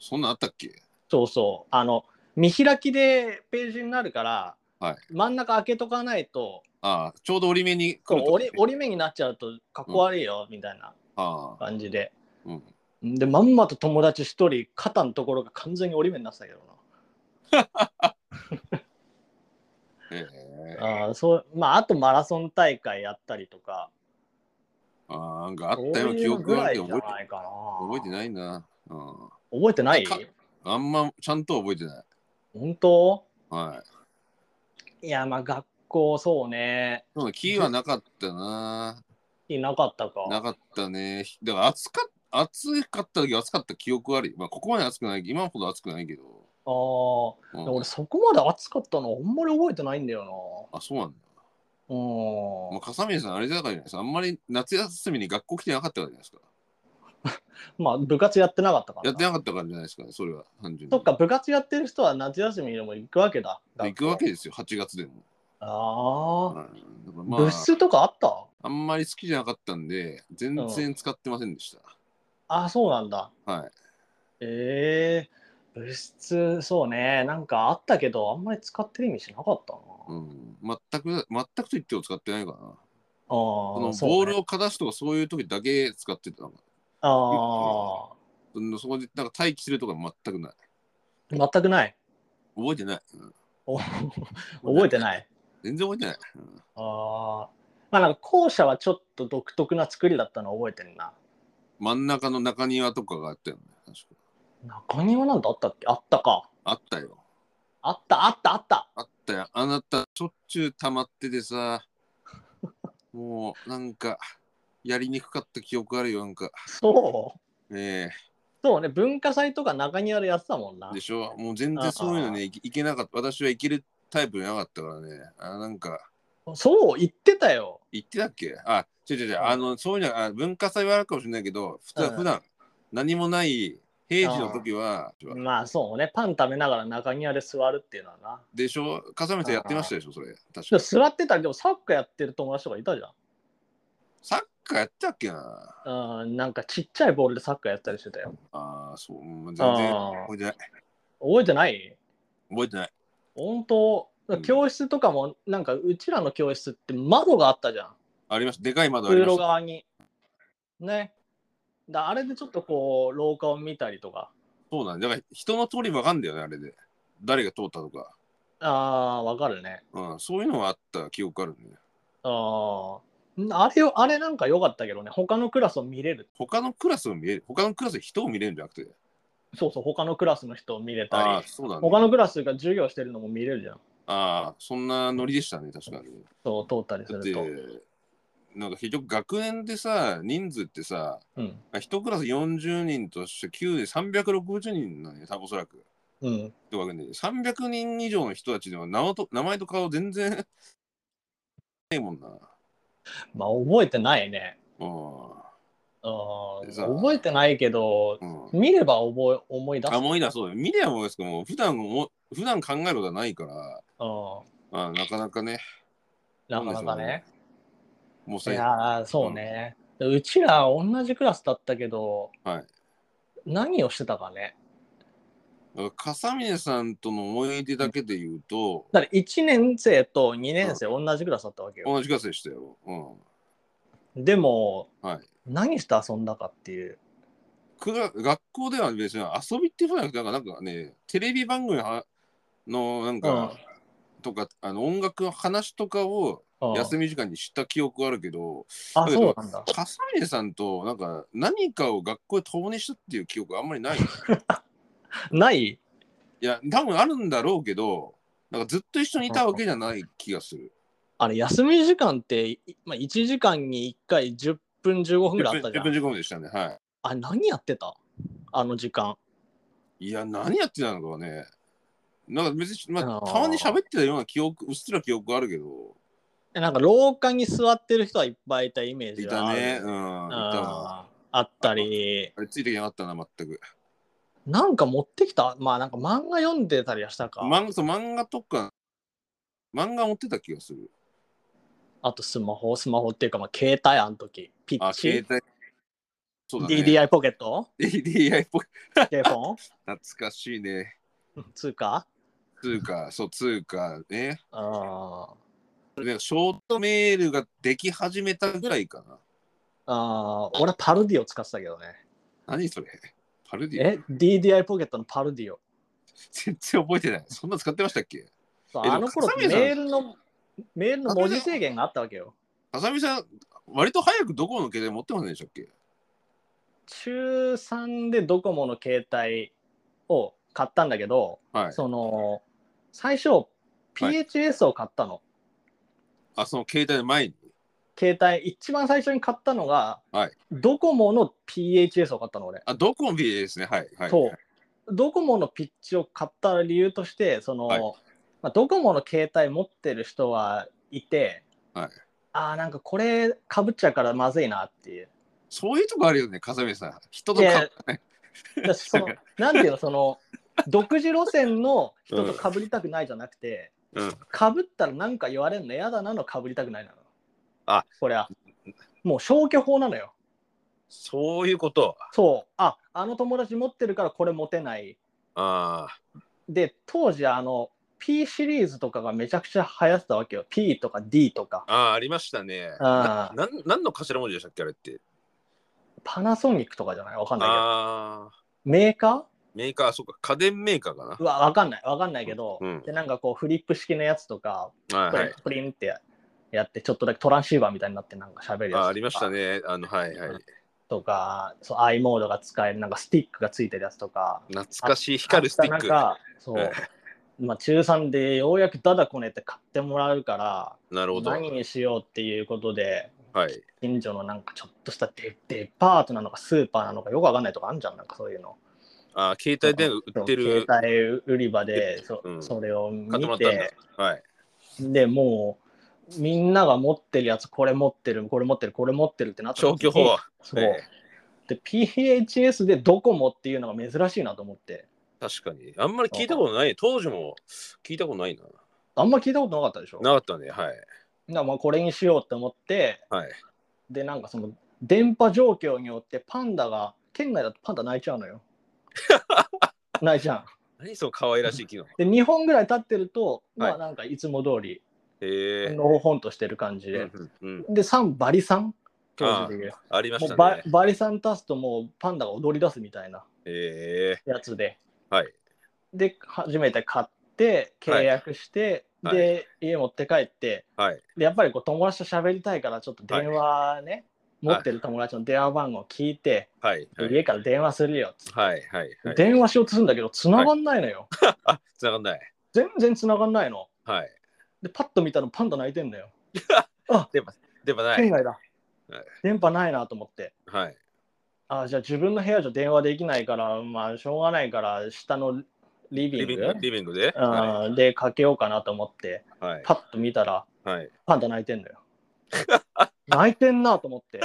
[SPEAKER 1] そんなんあったっけ
[SPEAKER 2] そうそうあの見開きでページになるから、
[SPEAKER 1] はい
[SPEAKER 2] 真ん中開けとかないと
[SPEAKER 1] ああ、ちょうど折り目に来
[SPEAKER 2] こう
[SPEAKER 1] る
[SPEAKER 2] 折り折り目になっちゃうとかっこ悪いよみたいな
[SPEAKER 1] ああ、
[SPEAKER 2] 感じで、
[SPEAKER 1] うん。
[SPEAKER 2] でまんまと友達一人肩のところが完全に折り目になってたけど
[SPEAKER 1] ええ
[SPEAKER 2] な、あーそうまああとマラソン大会やったりとか
[SPEAKER 1] ああ、なんかあ
[SPEAKER 2] あ
[SPEAKER 1] ったような記憶があるけど、
[SPEAKER 2] 覚
[SPEAKER 1] 覚
[SPEAKER 2] えてないかな
[SPEAKER 1] えてないな。うん。
[SPEAKER 2] 覚えてない
[SPEAKER 1] かあんまちゃんとは覚えてない。
[SPEAKER 2] 本当
[SPEAKER 1] はい。
[SPEAKER 2] いやまあ学校そうね
[SPEAKER 1] でも木はなかったな。
[SPEAKER 2] いなかったか
[SPEAKER 1] なかったね。だから暑か暑かった時は暑かった記憶はある。まあ、ここまで暑くない、今ほど暑くないけど。
[SPEAKER 2] あー
[SPEAKER 1] う
[SPEAKER 2] で
[SPEAKER 1] ん
[SPEAKER 2] も俺そこまで暑かったのあんまり覚えてないんだよ
[SPEAKER 1] あ、そうなんだ。
[SPEAKER 2] なうん
[SPEAKER 1] まあ、笠宮さん、あれじゃなかったじゃないですか。あんまり夏休みに学校来てなかったからじゃないですか。
[SPEAKER 2] まあ部活やってなかったからな
[SPEAKER 1] やってなかったからじゃないですかね、それは。単純に。
[SPEAKER 2] そっか、部活やってる人は夏休みでも行くわけだ。
[SPEAKER 1] 行くわけ
[SPEAKER 2] 学
[SPEAKER 1] ですよ、8月でも。
[SPEAKER 2] 校ああ、
[SPEAKER 1] うんだからまあ
[SPEAKER 2] 部室とかあった
[SPEAKER 1] あんまり好きじゃなかったんで、全然使ってませんでした。
[SPEAKER 2] ああ、そうなんだ。
[SPEAKER 1] はい。
[SPEAKER 2] ええ部室、そうね。なんかあったけど、あんまり使ってる意味しなかったな。
[SPEAKER 1] うん。全く、全くと言っても使ってないかな。そ
[SPEAKER 2] あ
[SPEAKER 1] の
[SPEAKER 2] あ、そうね
[SPEAKER 1] ボールをかざすとかそういう時だけ使ってたの。
[SPEAKER 2] ああ、
[SPEAKER 1] うんそこでなんか待機するとか全くない。
[SPEAKER 2] 全くない。
[SPEAKER 1] 覚えてない。うん
[SPEAKER 2] お 覚えてない。
[SPEAKER 1] 全然覚えてない。うん
[SPEAKER 2] ああ。まあなんか校舎はちょっと独特な作りだったの覚えてるな。
[SPEAKER 1] 真ん中の中庭とかがあったよね。確か
[SPEAKER 2] 中庭なんてあったっけあったか。
[SPEAKER 1] あったよ。
[SPEAKER 2] あったあったあった。
[SPEAKER 1] あったよ。あなた、しょっちゅう溜まっててさ、もうなんか、やりにくかった記憶あるよ、なんか。
[SPEAKER 2] そう。
[SPEAKER 1] え
[SPEAKER 2] そうね、文化祭とか中庭でやってたもん
[SPEAKER 1] え
[SPEAKER 2] な。
[SPEAKER 1] でしょもう全然そういうのね、いいけなかった。私はいけるタイプじゃなかったからね。あなんか、
[SPEAKER 2] そう、言ってたよ。
[SPEAKER 1] 言ってたっけあ、違う違う違う、
[SPEAKER 2] うん
[SPEAKER 1] あの、そういうのはあ文化祭はあるかもしれないけど、普
[SPEAKER 2] う
[SPEAKER 1] 段
[SPEAKER 2] ん
[SPEAKER 1] 普段何もない平時の時は、
[SPEAKER 2] まあそうね、パン食べながら中庭で座るっていうのはな。
[SPEAKER 1] でしょ笠宮さんやってましたでしょそれ。確
[SPEAKER 2] で
[SPEAKER 1] か
[SPEAKER 2] も座ってたら、でもサッカーやってる友達とかいたじ
[SPEAKER 1] サッカーやってたっけな
[SPEAKER 2] ゃん。うん、なんかちっちゃいボールでサッカーやったりしてたよ。
[SPEAKER 1] ああ、そう、うん全然
[SPEAKER 2] あー
[SPEAKER 1] 覚えてない。
[SPEAKER 2] 覚えてない
[SPEAKER 1] 覚えてない。
[SPEAKER 2] 本当
[SPEAKER 1] うん
[SPEAKER 2] 教室とかも、なんかうちらの教室って窓があったじゃん。
[SPEAKER 1] ありました。でかい窓あ
[SPEAKER 2] 通
[SPEAKER 1] りま
[SPEAKER 2] 路
[SPEAKER 1] した。
[SPEAKER 2] 側に。ね。だあれでちょっとこう、廊下を見たりとか。
[SPEAKER 1] そうなんだ。だから人の通りわかんだよね、あれで。誰が通ったとか。
[SPEAKER 2] ああー、わかるね。
[SPEAKER 1] うん、そういうのはあった記憶あるね。
[SPEAKER 2] ああ。あれよ、あれなんか良かったけどね、他のクラスを見れる。
[SPEAKER 1] 他のクラスを見える。他のクラスで人を見れるんじゃなくて。
[SPEAKER 2] そうそう、他のクラスの人を見れ
[SPEAKER 1] あ
[SPEAKER 2] た
[SPEAKER 1] あ、
[SPEAKER 2] り、
[SPEAKER 1] そうだね。
[SPEAKER 2] 他のクラスが授業してるのも見れるじゃん。
[SPEAKER 1] ああ、そんなノリでしたね、確かに。
[SPEAKER 2] そう、通ったりす
[SPEAKER 1] だっ
[SPEAKER 2] る
[SPEAKER 1] て
[SPEAKER 2] と。、
[SPEAKER 1] なんか結局学年でさ、人数ってさ、
[SPEAKER 2] うん。
[SPEAKER 1] 一クラス40人として9で360人なのよ、多分おそらく。
[SPEAKER 2] うん。
[SPEAKER 1] ってわけで、300人以上の人たちでは名前 と名前と顔全然ないもんな。
[SPEAKER 2] まあ、覚えてないね。
[SPEAKER 1] あ
[SPEAKER 2] あー
[SPEAKER 3] でさ
[SPEAKER 2] 覚えてないけど、
[SPEAKER 3] うん
[SPEAKER 2] 見れば覚え思い出す。
[SPEAKER 3] あ、思い出そうよ。見りゃ思い出すけど、もう普段も、普段考えることはないから、
[SPEAKER 2] う
[SPEAKER 3] まあ、なかなかね、
[SPEAKER 2] ん、なかなかね。
[SPEAKER 3] もうさ
[SPEAKER 2] い、やーそうね、うちら同じクラスだったけど、
[SPEAKER 3] はい
[SPEAKER 2] 何をしてたかね
[SPEAKER 3] 笠峰さんとの思い出だけで言うと、
[SPEAKER 2] だから1年生と2年生同じクラスだったわけよ、
[SPEAKER 3] 同じクラスでしたよ。うん。
[SPEAKER 2] でも、
[SPEAKER 3] はい
[SPEAKER 2] 何して遊んだかっていう
[SPEAKER 3] クラ学校では別に遊びっていうふうじゃなくて、なんかなんかね、テレビ番組はの、なんか、とか、あの音楽の話とかを
[SPEAKER 2] うん
[SPEAKER 3] 休み時間に知った記憶はあるけど、
[SPEAKER 2] あ
[SPEAKER 3] だけ
[SPEAKER 2] そ
[SPEAKER 3] ど
[SPEAKER 2] うなんだ
[SPEAKER 3] 笠峰さんと、なんか、何かを学校で共にしたっていう記憶あんまりない。
[SPEAKER 2] ない
[SPEAKER 3] いや、多分あるんだろうけど、なんかずっと一緒にいたわけじゃない気がする。
[SPEAKER 2] あれ休み時間って、いまあ、1時間に1回10分15分ぐらいあったじゃ
[SPEAKER 3] 10分
[SPEAKER 2] ん
[SPEAKER 3] 15分でしたね。は
[SPEAKER 2] あれ何やってたあの時間
[SPEAKER 3] い。いや、何やってたのかね。なんか別に、ま
[SPEAKER 2] あ
[SPEAKER 3] あ、
[SPEAKER 2] ー
[SPEAKER 3] たまに喋ってたような記憶、うっすら記憶あるけど、
[SPEAKER 2] えなんか廊下に座ってる人はいっぱいいたイメージ
[SPEAKER 3] い
[SPEAKER 2] が
[SPEAKER 3] た
[SPEAKER 2] ある
[SPEAKER 3] ね。うん、いたわ。
[SPEAKER 2] ああったり
[SPEAKER 3] あれついてきなかったな、全く。
[SPEAKER 2] なんか持ってきたまあなんか漫画読んでたりはしたか、
[SPEAKER 3] 漫画そう漫画とか、漫画持ってた気がする。
[SPEAKER 2] あとスマホスマホっていうかまあ携帯あの時ピッ
[SPEAKER 3] あ、
[SPEAKER 2] チ
[SPEAKER 3] 携、帯。そうだね。
[SPEAKER 2] DDI ポケット
[SPEAKER 3] DDI っぽい。
[SPEAKER 2] j フォン
[SPEAKER 3] 懐かしいね。
[SPEAKER 2] 通貨
[SPEAKER 3] 通貨、そう、通貨ね。
[SPEAKER 2] あー
[SPEAKER 3] でショートメールができ始めたぐらいかな。
[SPEAKER 2] あー俺はパルディオ使ってたけどね
[SPEAKER 3] 何それパルディ
[SPEAKER 2] え DDI ポケットのパルディオ
[SPEAKER 3] 全然覚えてない。そんな使ってましたっけ
[SPEAKER 2] そう
[SPEAKER 3] えでも
[SPEAKER 2] あの頃
[SPEAKER 3] 笠
[SPEAKER 2] メ
[SPEAKER 3] 宮さん
[SPEAKER 2] ールのメールの文字制限があったわけよ
[SPEAKER 3] あさみさん、割と早くドコモの携帯持ってませんでしたっけ
[SPEAKER 2] 中3でドコモの携帯を買ったんだけど、
[SPEAKER 3] はい。
[SPEAKER 2] その最初 PHS を買ったの、
[SPEAKER 3] あ、その携帯の前に。
[SPEAKER 2] 携帯一番最初に買ったのが、
[SPEAKER 3] はい
[SPEAKER 2] ドコモの PHS を買ったの俺、
[SPEAKER 3] あ、ドコモ PA ですね。はい。はい、
[SPEAKER 2] とドコモのピッチを買った理由としてその、
[SPEAKER 3] はい
[SPEAKER 2] まあ、ドコモの携帯持ってる人はいて、
[SPEAKER 3] はい
[SPEAKER 2] ああなんかこれかぶっちゃうからまずいなっていう
[SPEAKER 3] そういうとこあるよね、かさみさん。人と
[SPEAKER 2] い
[SPEAKER 3] か
[SPEAKER 2] や。だし そのなんていうのその独自路線の人とかぶりたくないじゃなくて
[SPEAKER 3] うん。
[SPEAKER 2] かぶ、被ったら何か言われるの嫌だなのかぶりたくないなの
[SPEAKER 1] あ
[SPEAKER 2] これはもう消去法なのよ
[SPEAKER 1] そういうこと。
[SPEAKER 2] そうああの友達持ってるからこれ持てない
[SPEAKER 1] あ
[SPEAKER 2] で当時あの P シリーズとかがめちゃくちゃ流行ってたわけよ P とか D とか
[SPEAKER 1] あ、ああ、ありましたね。
[SPEAKER 2] あー
[SPEAKER 1] ななんの頭文字でしたっけあれって。
[SPEAKER 2] パナソニックとかじゃないわかんないけど
[SPEAKER 1] ああ、
[SPEAKER 2] メーカ
[SPEAKER 1] メーカー、そうか、家電メーカーか
[SPEAKER 2] ーうわわかんないわかんないけど、
[SPEAKER 1] うん
[SPEAKER 2] でなんかこうフリップ式のやつとか
[SPEAKER 1] な。はい
[SPEAKER 2] プ
[SPEAKER 1] は
[SPEAKER 2] リン
[SPEAKER 1] い。
[SPEAKER 2] プリンってやってちょっとだけトランシーバーみたいになってなんか喋るやつと
[SPEAKER 1] あ
[SPEAKER 2] か
[SPEAKER 1] ありましたね。あの、はいはい。
[SPEAKER 2] とかそう i モードが使えるなんかスティックがついてるやつとか
[SPEAKER 1] 懐かしい光るスティック。
[SPEAKER 2] な
[SPEAKER 1] なん
[SPEAKER 2] かそうまあ中3でようやくダダこねて買ってもらうから
[SPEAKER 1] るほど。
[SPEAKER 2] 何にしようっていうことで
[SPEAKER 1] はい。
[SPEAKER 2] 近所のなんかちょっとしたデデパートなのかスーパーなのかよくわかんないとかあるじゃんなんかそういうの
[SPEAKER 1] ああ、携帯電話売ってる。
[SPEAKER 2] 携帯売り場でそ,、
[SPEAKER 1] うん
[SPEAKER 2] それを見
[SPEAKER 1] 買ってもらったんだ
[SPEAKER 2] て。
[SPEAKER 1] はい。
[SPEAKER 2] でもうみんなが持ってるやつこれ持ってるこれ持ってるこれ持ってるってなった
[SPEAKER 1] 消
[SPEAKER 2] 時
[SPEAKER 1] 去
[SPEAKER 2] に
[SPEAKER 1] 法。
[SPEAKER 2] そう、
[SPEAKER 1] え
[SPEAKER 2] で PHS でドコモっていうのが珍しいなと思って
[SPEAKER 1] 確かに。あんまり聞いたことない。当時も聞いたことないな。
[SPEAKER 2] あんま聞いたことなかったでしょ
[SPEAKER 1] なかったね。はい。
[SPEAKER 2] なまあこれにしようって思って
[SPEAKER 1] はい。
[SPEAKER 2] でなんかその電波状況によってパンダが県外だとパンダ泣いちゃう のよ泣いちゃう
[SPEAKER 1] 何その可愛らしい機能。
[SPEAKER 2] で2本ぐらい立ってると、ま
[SPEAKER 1] は
[SPEAKER 2] あ
[SPEAKER 1] い
[SPEAKER 2] なんかいつも通り
[SPEAKER 1] へえ。
[SPEAKER 2] のほほんとしてる感じ
[SPEAKER 1] う
[SPEAKER 2] で、
[SPEAKER 1] んうんうん
[SPEAKER 2] で3バリさん教授で言う
[SPEAKER 1] ありまし
[SPEAKER 2] もう
[SPEAKER 1] た
[SPEAKER 2] バ
[SPEAKER 1] ね。
[SPEAKER 2] バリさん足すともうパンダが踊り出すみたいな
[SPEAKER 1] ええ
[SPEAKER 2] やつで
[SPEAKER 1] はい。
[SPEAKER 2] で初めて買って契約して、
[SPEAKER 1] はい
[SPEAKER 2] で、家持って帰って
[SPEAKER 1] はい。
[SPEAKER 2] でやっぱりこう友達と喋りたいからちょっと電話ね、持ってる友達の電話番号聞いて、
[SPEAKER 1] はい。はい。
[SPEAKER 2] 家から電話するよっつって、
[SPEAKER 1] はい。はい。はい。
[SPEAKER 2] 電話しようとするんだけど繋がんないのよ、
[SPEAKER 1] あ、繋がんない。
[SPEAKER 2] 全然繋がんないの
[SPEAKER 1] はい。
[SPEAKER 2] でパッと見たらパンダ泣いてんだよ
[SPEAKER 1] でもない
[SPEAKER 2] 県。外だ、
[SPEAKER 1] はい
[SPEAKER 2] 電波ないなと思って
[SPEAKER 1] はい。
[SPEAKER 2] あーじゃあ自分の部屋じゃ電話できないからまあしょうがないから下のリビ
[SPEAKER 1] リビ
[SPEAKER 2] ング
[SPEAKER 1] ングリビングで。は
[SPEAKER 2] あーでかけようかなと思って
[SPEAKER 1] い。はい。
[SPEAKER 2] パッと見たら
[SPEAKER 1] はい。
[SPEAKER 2] パンダ泣いてんだよ泣いてんなと思って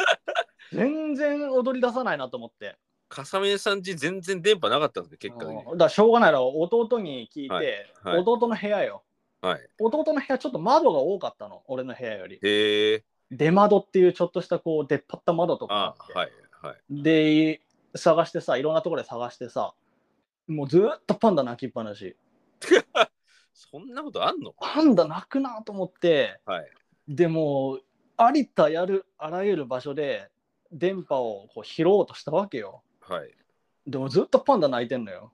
[SPEAKER 2] 全然踊り出さないなと思って。
[SPEAKER 1] 笠峰さんち全然電波なかったんですね、結果
[SPEAKER 2] う
[SPEAKER 1] 的
[SPEAKER 2] ん
[SPEAKER 1] に
[SPEAKER 2] だ。からしょうがないな弟に聞いて、
[SPEAKER 1] はいはい
[SPEAKER 2] 弟の部屋よ。
[SPEAKER 1] はい。
[SPEAKER 2] 弟の部屋ちょっと窓が多かったの、俺の部屋より。
[SPEAKER 1] へえ。
[SPEAKER 2] 出窓っていうちょっとしたこう出っ張った窓と
[SPEAKER 1] あ
[SPEAKER 2] かあって。
[SPEAKER 1] はいはい。
[SPEAKER 2] で、探してさ、いろんなところで探してさ、もうずーっとパンダ泣きっぱなし。
[SPEAKER 1] そんなことあんの
[SPEAKER 2] パンダ泣くなと思って、
[SPEAKER 1] はい
[SPEAKER 2] でもありとやるあらゆる場所で電波をこう拾おうとしたわけよ
[SPEAKER 1] はい。
[SPEAKER 2] でもずっとパンダ泣いてんのよ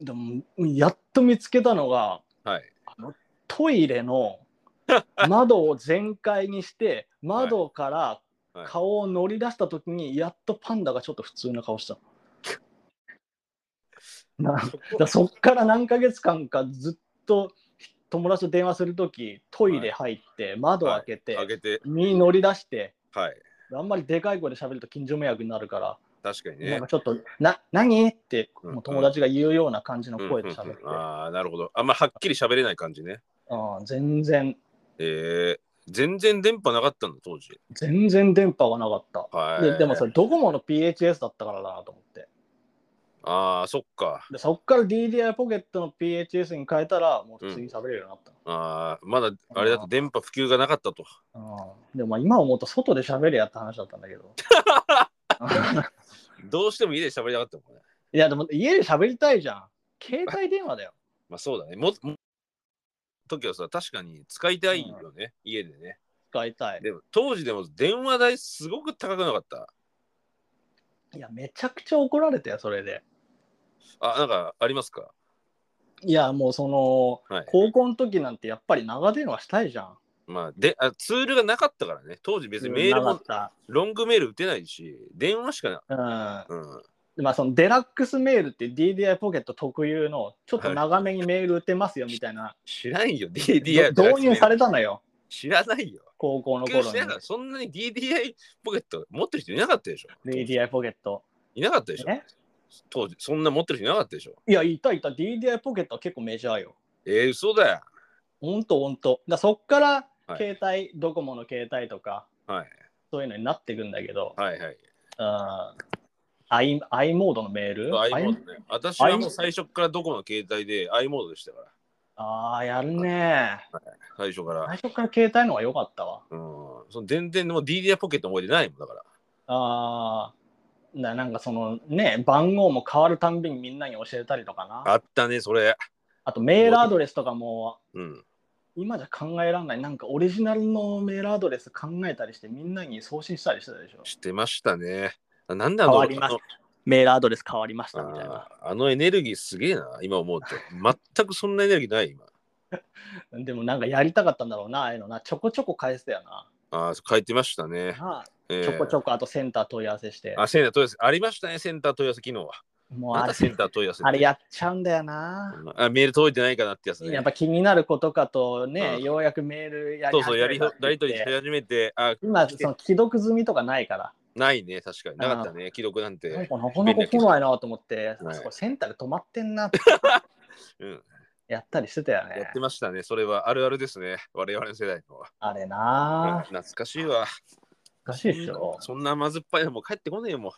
[SPEAKER 2] でもやっと見つけたのが
[SPEAKER 1] はい。
[SPEAKER 2] トイレの窓を全開 にして窓から
[SPEAKER 1] はい
[SPEAKER 2] 顔を乗り出した時にやっとパンダがちょっと普通な顔した のな
[SPEAKER 1] そこ
[SPEAKER 2] だからそっから何ヶ月間かずっと友達と電話するときトイレ入って、窓開けて、
[SPEAKER 1] 上げて、
[SPEAKER 2] に乗り出して
[SPEAKER 1] はい。
[SPEAKER 2] あんまりでかい声で喋ると近所迷惑になるから、
[SPEAKER 1] 確かに
[SPEAKER 2] なん
[SPEAKER 1] ね
[SPEAKER 2] か。ちょっと「な何?」って
[SPEAKER 1] うん
[SPEAKER 2] もう友達が言うような感じの
[SPEAKER 1] うん
[SPEAKER 2] 声で喋って
[SPEAKER 1] うんうん、ああ、なるほど。あんまはっきり喋れない感じね。
[SPEAKER 2] うん全然
[SPEAKER 1] ええ。全然電波なかったんだ、当時。
[SPEAKER 2] 全然電波がなかった、
[SPEAKER 1] はい。
[SPEAKER 2] ででもそれドコモの PHS だったからだなと思って
[SPEAKER 1] ああ、そっか。
[SPEAKER 2] でそっから DDI ポケットの PHS に変えたらもう普通に喋れるようになった、
[SPEAKER 1] ああ、まだあれだと電波普及がなかったと。
[SPEAKER 2] うんでもまあ今思うと外で喋れやって話だったん だけど
[SPEAKER 1] どうしても家で喋りたかったもんね。
[SPEAKER 2] いやでも家で喋りたいじゃん携帯電話だよ
[SPEAKER 1] まあそうだね。もも時はさ、確かに使いたいよね、家でね。
[SPEAKER 2] 使いたい
[SPEAKER 1] でも当時でも電話代すごく高くなかった。
[SPEAKER 2] いやめちゃくちゃ怒られたよそれで
[SPEAKER 1] あ、なんかありますか
[SPEAKER 2] いやもうその
[SPEAKER 1] はい。
[SPEAKER 2] 高校の時なんてやっぱり長電話したいじゃん。
[SPEAKER 1] まあ、であツールがなかったからね。当時別にメール
[SPEAKER 2] な
[SPEAKER 1] も
[SPEAKER 2] か
[SPEAKER 1] ロングメール打てないし、電話しかな。
[SPEAKER 2] った。うん
[SPEAKER 1] うん。
[SPEAKER 2] でまあそのデラックスメールっていう DDI ポケット特有のちょっと長めにメール打てますよみたいな、
[SPEAKER 1] 知らんよ、
[SPEAKER 2] ど
[SPEAKER 1] DDI
[SPEAKER 2] 導入され
[SPEAKER 1] た
[SPEAKER 2] たのよ
[SPEAKER 1] 知らないよ。
[SPEAKER 2] 高校の
[SPEAKER 1] 普及
[SPEAKER 2] 頃
[SPEAKER 1] し
[SPEAKER 2] に
[SPEAKER 1] てなかったそんなに DDI ポケット持ってる人いなかったでしょ。
[SPEAKER 2] DDI ポケット。
[SPEAKER 1] いなかったでしょ
[SPEAKER 2] ね。
[SPEAKER 1] 当時、そんな持ってる人いなかったでしょ。
[SPEAKER 2] いやいたいた DDI ポケットは結構メジャーよ。
[SPEAKER 1] えー、嘘だよ。
[SPEAKER 2] ほんとほんと。だそっから
[SPEAKER 1] はい
[SPEAKER 2] 携帯、ドコモの携帯とか
[SPEAKER 1] はい。
[SPEAKER 2] そういうのになっていくんだけど、
[SPEAKER 1] はいはい。
[SPEAKER 2] うん、i, i モードのメール
[SPEAKER 1] アイ
[SPEAKER 2] i
[SPEAKER 1] モードね。私はもう最初からどこの携帯で i モードでしたから。
[SPEAKER 2] ああやるね
[SPEAKER 1] 最初から。
[SPEAKER 2] 最初から携帯の方が良かったわ
[SPEAKER 1] うん。その全然もう DDI ポケット覚えてないもんだから。
[SPEAKER 2] あーななんかそのね番号も変わるたんびにみんなに教えたりとかなあ
[SPEAKER 1] あったね、それ。
[SPEAKER 2] とメールアドレスとかも
[SPEAKER 1] うん。
[SPEAKER 2] 今じゃ考えられないなんかオリジナルのメールアドレス考えたりしてみんなに送信したりしてたでしょ
[SPEAKER 1] してましたね。あなんだ
[SPEAKER 2] 変
[SPEAKER 1] ろ
[SPEAKER 2] わ
[SPEAKER 1] う
[SPEAKER 2] り
[SPEAKER 1] あ
[SPEAKER 2] まし
[SPEAKER 1] の
[SPEAKER 2] たメールアドレス変わりましたみたいな
[SPEAKER 1] あーあのエネルギーすげえな、今思うと。全くそんなエネルギーない、今。
[SPEAKER 2] でもなんかやりたかったんだろうなああいうのなちょこちょこ返せたよな、
[SPEAKER 1] ああ、書いてましたね。
[SPEAKER 2] は
[SPEAKER 1] え
[SPEAKER 2] い
[SPEAKER 1] ー
[SPEAKER 2] ちょこちょこあとセンター問い合わせして
[SPEAKER 1] あ、センター問い合わせ。ありましたね、センター問い合わせ機能は。
[SPEAKER 2] もう
[SPEAKER 1] ま
[SPEAKER 2] あ
[SPEAKER 1] た
[SPEAKER 2] れ
[SPEAKER 1] センター問い合わせって。
[SPEAKER 2] あれやっちゃうんだよな、
[SPEAKER 1] うんあメール届いてないかなってやつね。
[SPEAKER 2] やっぱ気になることかとね、
[SPEAKER 1] うん
[SPEAKER 2] ようやくメールやり
[SPEAKER 1] そうそう、やり
[SPEAKER 2] 始めたって
[SPEAKER 1] や
[SPEAKER 2] 言っ
[SPEAKER 1] り
[SPEAKER 2] て
[SPEAKER 1] とりし始めて、あ
[SPEAKER 2] 今、その既読済みとかないから、
[SPEAKER 1] ないね、確かになかったね、既読なん
[SPEAKER 2] なん
[SPEAKER 1] て。
[SPEAKER 2] かなかなか来ないなと思って、
[SPEAKER 1] はい
[SPEAKER 2] あそこセンターで止まってんなって
[SPEAKER 1] うん、
[SPEAKER 2] やったりしてたよ
[SPEAKER 1] や
[SPEAKER 2] ね
[SPEAKER 1] って。ましたね、それはあるあるですね、我々の世代のは。
[SPEAKER 2] あれ
[SPEAKER 1] うん
[SPEAKER 2] なぁ、
[SPEAKER 1] 懐かしいわ。
[SPEAKER 2] おかしいでしょ。
[SPEAKER 1] そんな甘酸っぱいのもう帰ってこねえよ、 もう。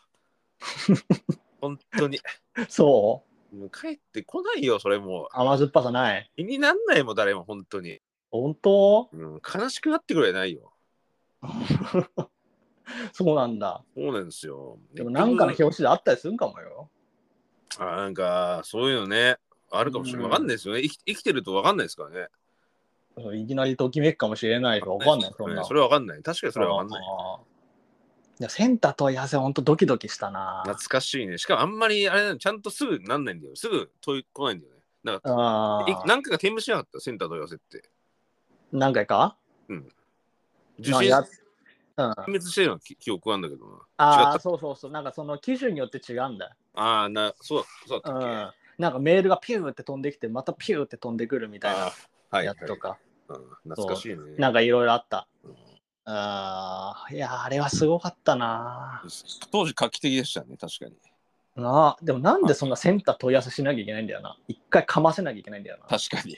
[SPEAKER 1] 本当に。
[SPEAKER 2] そう
[SPEAKER 1] もう帰ってこないよ、それもう。
[SPEAKER 2] 甘酸っぱさない。
[SPEAKER 1] 気になんないもん、誰も、本当に。
[SPEAKER 2] 本当
[SPEAKER 1] うん、悲しくなってくれないよ。
[SPEAKER 2] そうなんだ。
[SPEAKER 1] そうなんですよ。
[SPEAKER 2] でもなんかの表紙であったりするんかもよ。
[SPEAKER 1] あなんか、そういうのね、あるかもしれない。
[SPEAKER 2] うん
[SPEAKER 1] わかんないですよね。生き生きてるとわかんないですからね。
[SPEAKER 2] そういきなりときめくかもしれないとわかんない、そんな。
[SPEAKER 1] それはわかんない。確かにそれはわかんない。
[SPEAKER 2] あーいやセンター問い合わせ、ほんとドキドキしたなぁ。
[SPEAKER 1] 懐かしいね。しかもあんまりあれなのちゃんとすぐなんないんだよ。すぐ問い来ないんだよね。なんか
[SPEAKER 2] あ
[SPEAKER 1] い
[SPEAKER 2] ー
[SPEAKER 1] 何回か転務しなかった、センター問い合わせって。
[SPEAKER 2] 何回か
[SPEAKER 1] 受
[SPEAKER 2] まあ
[SPEAKER 1] 信
[SPEAKER 2] や
[SPEAKER 1] 点
[SPEAKER 2] っうん、
[SPEAKER 1] 滅してるの記記憶あんだけどな。
[SPEAKER 2] あ
[SPEAKER 1] 違っ
[SPEAKER 2] あ、そうそうそう、なんかその機種によって違うんだよ。
[SPEAKER 1] ああ、な、そうだそう
[SPEAKER 2] う
[SPEAKER 1] だったっけ。
[SPEAKER 2] ん、なんかメールがピューって飛んできて、またピューって飛んでくるみた
[SPEAKER 1] あ
[SPEAKER 2] い
[SPEAKER 1] あ、は、
[SPEAKER 2] ない
[SPEAKER 1] は
[SPEAKER 2] や
[SPEAKER 1] い
[SPEAKER 2] つとか、
[SPEAKER 1] うん。懐かしいね。
[SPEAKER 2] なんかいろいろあった。
[SPEAKER 1] うん
[SPEAKER 2] あーいやー、あれはすごかったな。
[SPEAKER 1] 当時画期的でしたね、確かに。
[SPEAKER 2] なあでもなんでそんなセンター問い合わせしなきゃいけないんだよな。一回かませなきゃいけないんだよな。
[SPEAKER 1] 確かに。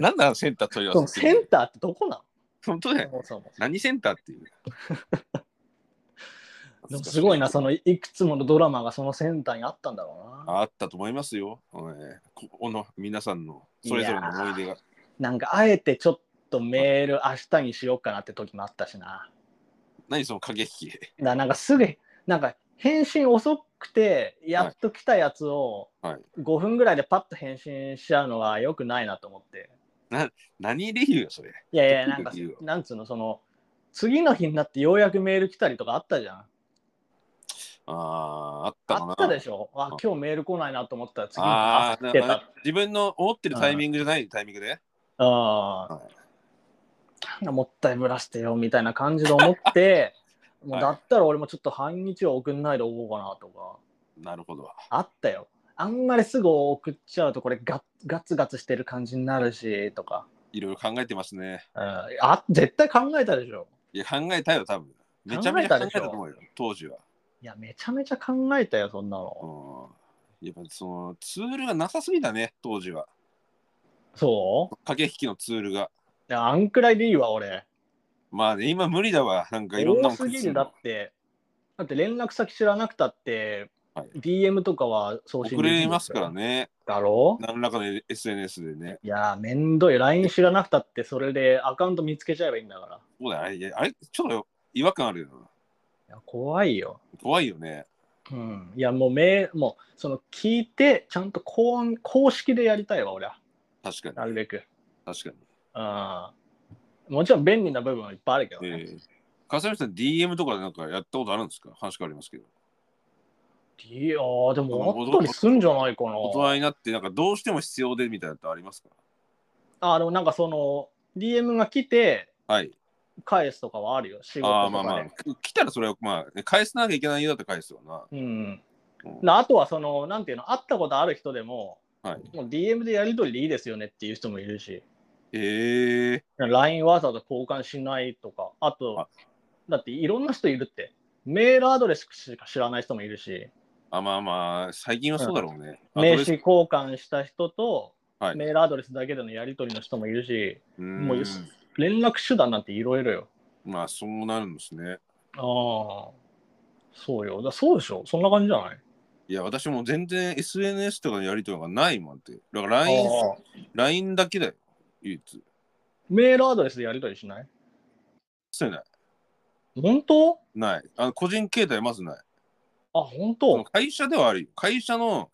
[SPEAKER 1] なんだセンター問い合
[SPEAKER 2] そ
[SPEAKER 1] わ
[SPEAKER 2] の
[SPEAKER 1] せ
[SPEAKER 2] センターってどこな
[SPEAKER 1] 本当だよ。
[SPEAKER 2] もうそうも
[SPEAKER 1] 何センターっていう。
[SPEAKER 2] でもすごいな、そのいくつものドラマがそのセンターにあったんだろうな。
[SPEAKER 1] あったと思いますよ。えーここの皆さんのそれぞれの思い出が。
[SPEAKER 2] なんかあえてちょっとメール明日にしようかなって時もあったしな。
[SPEAKER 1] 何その過激系。
[SPEAKER 2] だからなんかすぐなんか返信遅くてやっと来たやつを
[SPEAKER 1] はい
[SPEAKER 2] 5分ぐらいでパッと返信しちゃうのは良くないなと思って
[SPEAKER 1] 何理由よ、それ。
[SPEAKER 2] いやいやなんか
[SPEAKER 1] いいよ
[SPEAKER 2] なんつうのその次の日になってようやくメール来たりとかあったじゃん
[SPEAKER 1] ああ、あったか
[SPEAKER 2] あ
[SPEAKER 1] な。
[SPEAKER 2] ったでし
[SPEAKER 1] ょ。
[SPEAKER 2] ょあ今日メール来ないなと思ったら次の日
[SPEAKER 1] あ
[SPEAKER 2] あ
[SPEAKER 1] ー
[SPEAKER 2] ってた
[SPEAKER 1] なんか自分の思ってるタイミングじゃないタイミングで。
[SPEAKER 2] あ
[SPEAKER 1] は
[SPEAKER 2] あもったいぶらしてよみたいな感じで思って もうだったら俺もちょっと半日は送んないでおこうかなとか
[SPEAKER 1] なるほど。
[SPEAKER 2] あったよあんまりすぐ送っちゃうとこれガッガツガツしてる感じになるしとか、
[SPEAKER 1] いろいろ考えてますね。
[SPEAKER 2] うん、あ絶対考えたでしょ
[SPEAKER 1] いや、考えたよ、多分。めちゃめちゃ考えたと思うよ、当時は。
[SPEAKER 2] いやめちゃめちゃ考えたよそんなの
[SPEAKER 1] うん。やっぱそのツールがなさすぎだね、当時は。
[SPEAKER 2] そう
[SPEAKER 1] 駆け引きのツールが。
[SPEAKER 2] いやあんくらいでいいわ俺
[SPEAKER 1] まあね、今無理だわ。なんかいろんな
[SPEAKER 2] 多
[SPEAKER 1] もん
[SPEAKER 2] すぎ
[SPEAKER 1] 食いつ
[SPEAKER 2] る
[SPEAKER 1] く
[SPEAKER 2] だ
[SPEAKER 1] の
[SPEAKER 2] ってだって連絡先知らなくたって、
[SPEAKER 1] はい
[SPEAKER 2] DM とかは送信
[SPEAKER 1] 遅れますから
[SPEAKER 2] ね
[SPEAKER 1] ね。
[SPEAKER 2] だろ
[SPEAKER 1] 何らかの SNS でね。
[SPEAKER 2] いやーめんどい LINE 知らなくたってそれでアカウント見つけちゃえばいいんだから
[SPEAKER 1] そうだよあれ、いやあれちょっと違和感あるよな。
[SPEAKER 2] いや怖いよ
[SPEAKER 1] 怖いよね。
[SPEAKER 2] うんいやもうめもうその聞いてちゃんと公安公式でやりたいわ俺は
[SPEAKER 1] 確か
[SPEAKER 2] な
[SPEAKER 1] に。
[SPEAKER 2] るべく
[SPEAKER 1] 確かに。
[SPEAKER 2] うんもちろん便利な部分はいっぱいあるけどね、
[SPEAKER 1] えー、笠山さん、DM とかでなんかやったことあるんですか話変わりますけど。
[SPEAKER 2] いやーでもあったりすんじゃないかな
[SPEAKER 1] 大人になって、なんかどうしても必要でみたいなのってありますか
[SPEAKER 2] あでもなんかその DM が来て
[SPEAKER 1] はい。
[SPEAKER 2] 返すとかはあるよ仕事とか
[SPEAKER 1] あ
[SPEAKER 2] で
[SPEAKER 1] あ、まあまあ。く来たらそれを、まあね、返さなきゃいけないようだったら返すよな。
[SPEAKER 2] うん
[SPEAKER 1] うん
[SPEAKER 2] なあとはそのなんていうの会ったことある人でも
[SPEAKER 1] はい。
[SPEAKER 2] もう DM でやり取りでいいですよねっていう人もいるし
[SPEAKER 1] ええ
[SPEAKER 2] LINE わざわざ交換しないとか、あと、
[SPEAKER 1] あ
[SPEAKER 2] だっていろんな人いるって、メールアドレスしか知らない人もいるし、
[SPEAKER 1] あ、まあまあ、最近はそうだろうね。アド
[SPEAKER 2] 名
[SPEAKER 1] レス
[SPEAKER 2] 刺交換した人と、
[SPEAKER 1] はい
[SPEAKER 2] メールアドレスだけでのやり取りの人もいるし、
[SPEAKER 1] うーん
[SPEAKER 2] もう連絡手段なんていろいろよ。
[SPEAKER 1] まあ、そうなるんですね。
[SPEAKER 2] ああ、そうよ。だそうでしょ、そんな感じじゃない
[SPEAKER 1] いや、私も全然 SNS とかのやりとりがないもんって。だから
[SPEAKER 2] あ
[SPEAKER 1] LINE、
[SPEAKER 2] あ
[SPEAKER 1] LINE だけだよ、唯一。
[SPEAKER 2] メールアドレスでやり取りしない
[SPEAKER 1] そうない。
[SPEAKER 2] 本当
[SPEAKER 1] ない。あの個人携帯まずない。
[SPEAKER 2] あ、本
[SPEAKER 1] その
[SPEAKER 2] 当
[SPEAKER 1] 会社ではあるよ。会社の、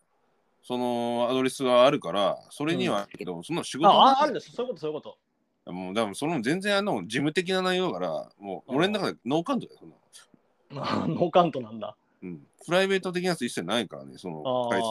[SPEAKER 1] そのアドレスがあるから、それにはあるけど、そんな仕事
[SPEAKER 2] あ
[SPEAKER 1] は
[SPEAKER 2] あ、ある
[SPEAKER 1] ない
[SPEAKER 2] でしょ、そういうこと、そういうこと。
[SPEAKER 1] もう、でもその全然あの事務的な内容だから、もう俺の中でノーカウントだよ、その。
[SPEAKER 2] あノーカウントなんだ。
[SPEAKER 1] うん。プライベート的なやつ一切ないからね、その
[SPEAKER 2] ああ
[SPEAKER 1] 会社。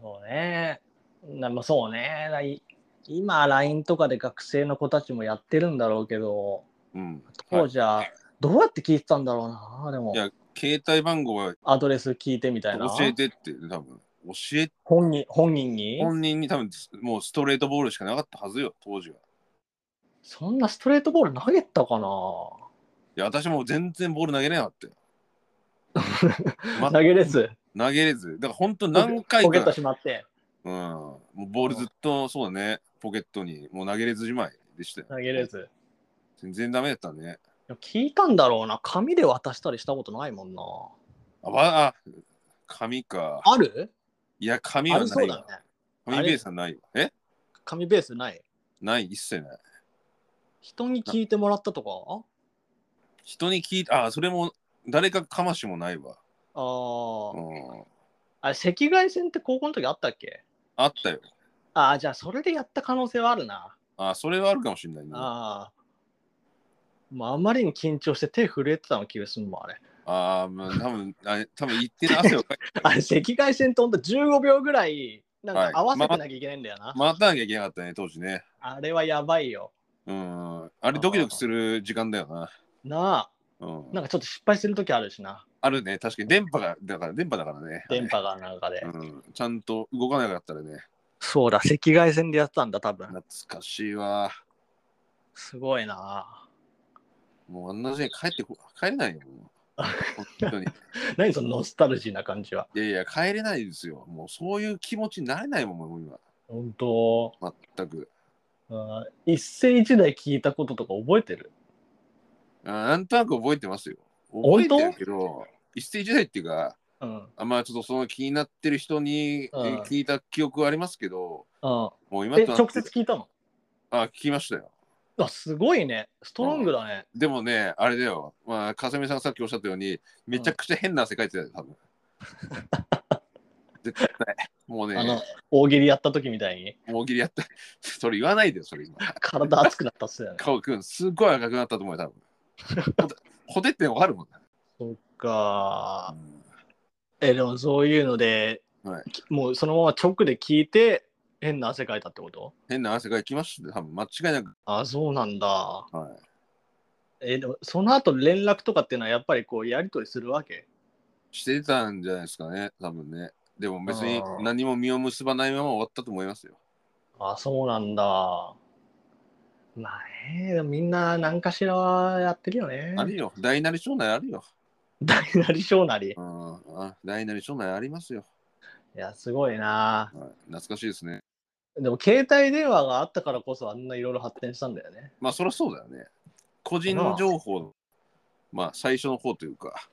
[SPEAKER 2] そうね。なまあ、そうね。ない今、LINE とかで学生の子たちもやってるんだろうけど、
[SPEAKER 1] うん。
[SPEAKER 2] 当
[SPEAKER 1] はい
[SPEAKER 2] 時はどうやって聞いてたんだろうな、でも
[SPEAKER 1] い、や携帯番号は
[SPEAKER 2] アドレス聞いてみたいな。
[SPEAKER 1] 教えてって、多分。教えて、
[SPEAKER 2] 本人本人に
[SPEAKER 1] 本人に多分、もうストレートボールしかなかったはずよ、当時は。
[SPEAKER 2] そんなストレートボール投げたかな、
[SPEAKER 1] いや、私も全然ボール投げれなか ったよ。ま
[SPEAKER 2] 投げれず、
[SPEAKER 1] 投げれず。だから本当何回
[SPEAKER 2] ポケット
[SPEAKER 1] か、
[SPEAKER 2] しまって、
[SPEAKER 1] うん、もうボールずっと、そうだね、ポケットに、もう投げれずじまいでしたよ。
[SPEAKER 2] 投げれず。
[SPEAKER 1] 全然ダメだったね。
[SPEAKER 2] でも聞いたんだろうな、紙で渡したりしたことないもんな。
[SPEAKER 1] あ、わあ、紙か。
[SPEAKER 2] ある
[SPEAKER 1] いや、紙
[SPEAKER 2] あ
[SPEAKER 1] は
[SPEAKER 2] り
[SPEAKER 1] な
[SPEAKER 2] そう
[SPEAKER 1] い
[SPEAKER 2] だね
[SPEAKER 1] わ。。紙ベースはないわ。え
[SPEAKER 2] 紙ベースない。
[SPEAKER 1] ない、一切ない。
[SPEAKER 2] 人に聞いてもらったとか
[SPEAKER 1] 人に聞いた、あ、それも、誰かかましもないわ。
[SPEAKER 2] ああ。
[SPEAKER 1] うん。
[SPEAKER 2] あれ、赤外線って高校の時あったっけ
[SPEAKER 1] あったよ。
[SPEAKER 2] ああ、じゃあそれでやった可能性はあるな。
[SPEAKER 1] あ、それはあるかもしれないね。あ
[SPEAKER 2] ああ。もうあまりに緊張して手震えてたの気がするもん、あれ。、
[SPEAKER 1] あー、まあ、多分あれ多分言ってる汗をかいて
[SPEAKER 2] あれ、赤外線とほんと15秒ぐらい、なん
[SPEAKER 1] はい
[SPEAKER 2] か合わせてなきゃいけないんだよな。
[SPEAKER 1] 待たなきゃいけなかったね、当時ね。
[SPEAKER 2] あれはやばいよ。
[SPEAKER 1] うん。あれ、ドキドキする時間だよな。
[SPEAKER 2] なあ、
[SPEAKER 1] うん。
[SPEAKER 2] なんかちょっと失敗する時あるしな。
[SPEAKER 1] あるね、確かに電波が、だから電波だからね。
[SPEAKER 2] 電波がなんかで。
[SPEAKER 1] うん、ちゃんと動かなかったらね、
[SPEAKER 2] そうだ、赤外線でやってたんだ、多分。
[SPEAKER 1] 懐かしいわ。
[SPEAKER 2] すごいな。
[SPEAKER 1] もうあんな時代帰ってこ、帰れないよ、もう。本当に。い
[SPEAKER 2] 何そのノスタルジーな感じは。
[SPEAKER 1] やいや、帰れないですよ。もうそういう気持ちになれないもん、もう今。
[SPEAKER 2] 本当
[SPEAKER 1] 全く。
[SPEAKER 2] あー一世一代聞いたこととか覚えてる
[SPEAKER 3] あなんとなく覚えてますよ。覚
[SPEAKER 2] 本
[SPEAKER 3] え
[SPEAKER 2] 当
[SPEAKER 3] てるけど、一世一代っていうか、
[SPEAKER 2] うん。
[SPEAKER 3] あんまちょっとその気になってる人にえ
[SPEAKER 2] うん
[SPEAKER 3] ー聞いた記憶はありますけど、
[SPEAKER 2] あ
[SPEAKER 3] もう今
[SPEAKER 2] え、
[SPEAKER 3] となって
[SPEAKER 2] 直接聞いたの
[SPEAKER 3] あ、聞きましたよ。
[SPEAKER 2] あ、すごいね。ストロングだね。
[SPEAKER 3] でもね、あれだよ、まあ、かさみさんがさっきおっしゃったように、めちゃくちゃ変な汗かいてたよ、多分。絶対。もう
[SPEAKER 2] あの
[SPEAKER 3] ね、、
[SPEAKER 2] 大喜利やった時みたいに、
[SPEAKER 3] 大喜利やった。それ言わないでよ、それ今。
[SPEAKER 2] 体熱くなったっ すよね。
[SPEAKER 3] 顔くん、すごい赤くなったと思うよ、多分。ほ てほてってわかるもんな。
[SPEAKER 2] そっか。え、でもそういうので、
[SPEAKER 3] はい
[SPEAKER 2] きもうそのまま直で聞いて、変な汗かいたってこと
[SPEAKER 3] 変な汗かいきましたね、多分間違いなく。
[SPEAKER 2] あ、そうなんだ。
[SPEAKER 3] はい
[SPEAKER 2] え、でもその後連絡とかっていうのはやっぱりこうやりとりするわけ
[SPEAKER 3] してたんじゃないですかね、多分ね。でも別に
[SPEAKER 2] あー
[SPEAKER 3] 何も身を結ばないまま終わったと思いますよ。
[SPEAKER 2] あ、そうなんだ。まあね、でもみんな何かしらはやってるよね。
[SPEAKER 3] あるよ。大なり小なりあるよ。
[SPEAKER 2] 大なり小なり。い
[SPEAKER 3] うん、あ大なり小なりありますよ、
[SPEAKER 2] や、すごいな。
[SPEAKER 3] はい。懐かしいですね。
[SPEAKER 2] でも携帯電話があったからこそあんないろいろ発展したんだよね。
[SPEAKER 3] まあそりゃそうだよね。個人情報、まあ最初の方というか。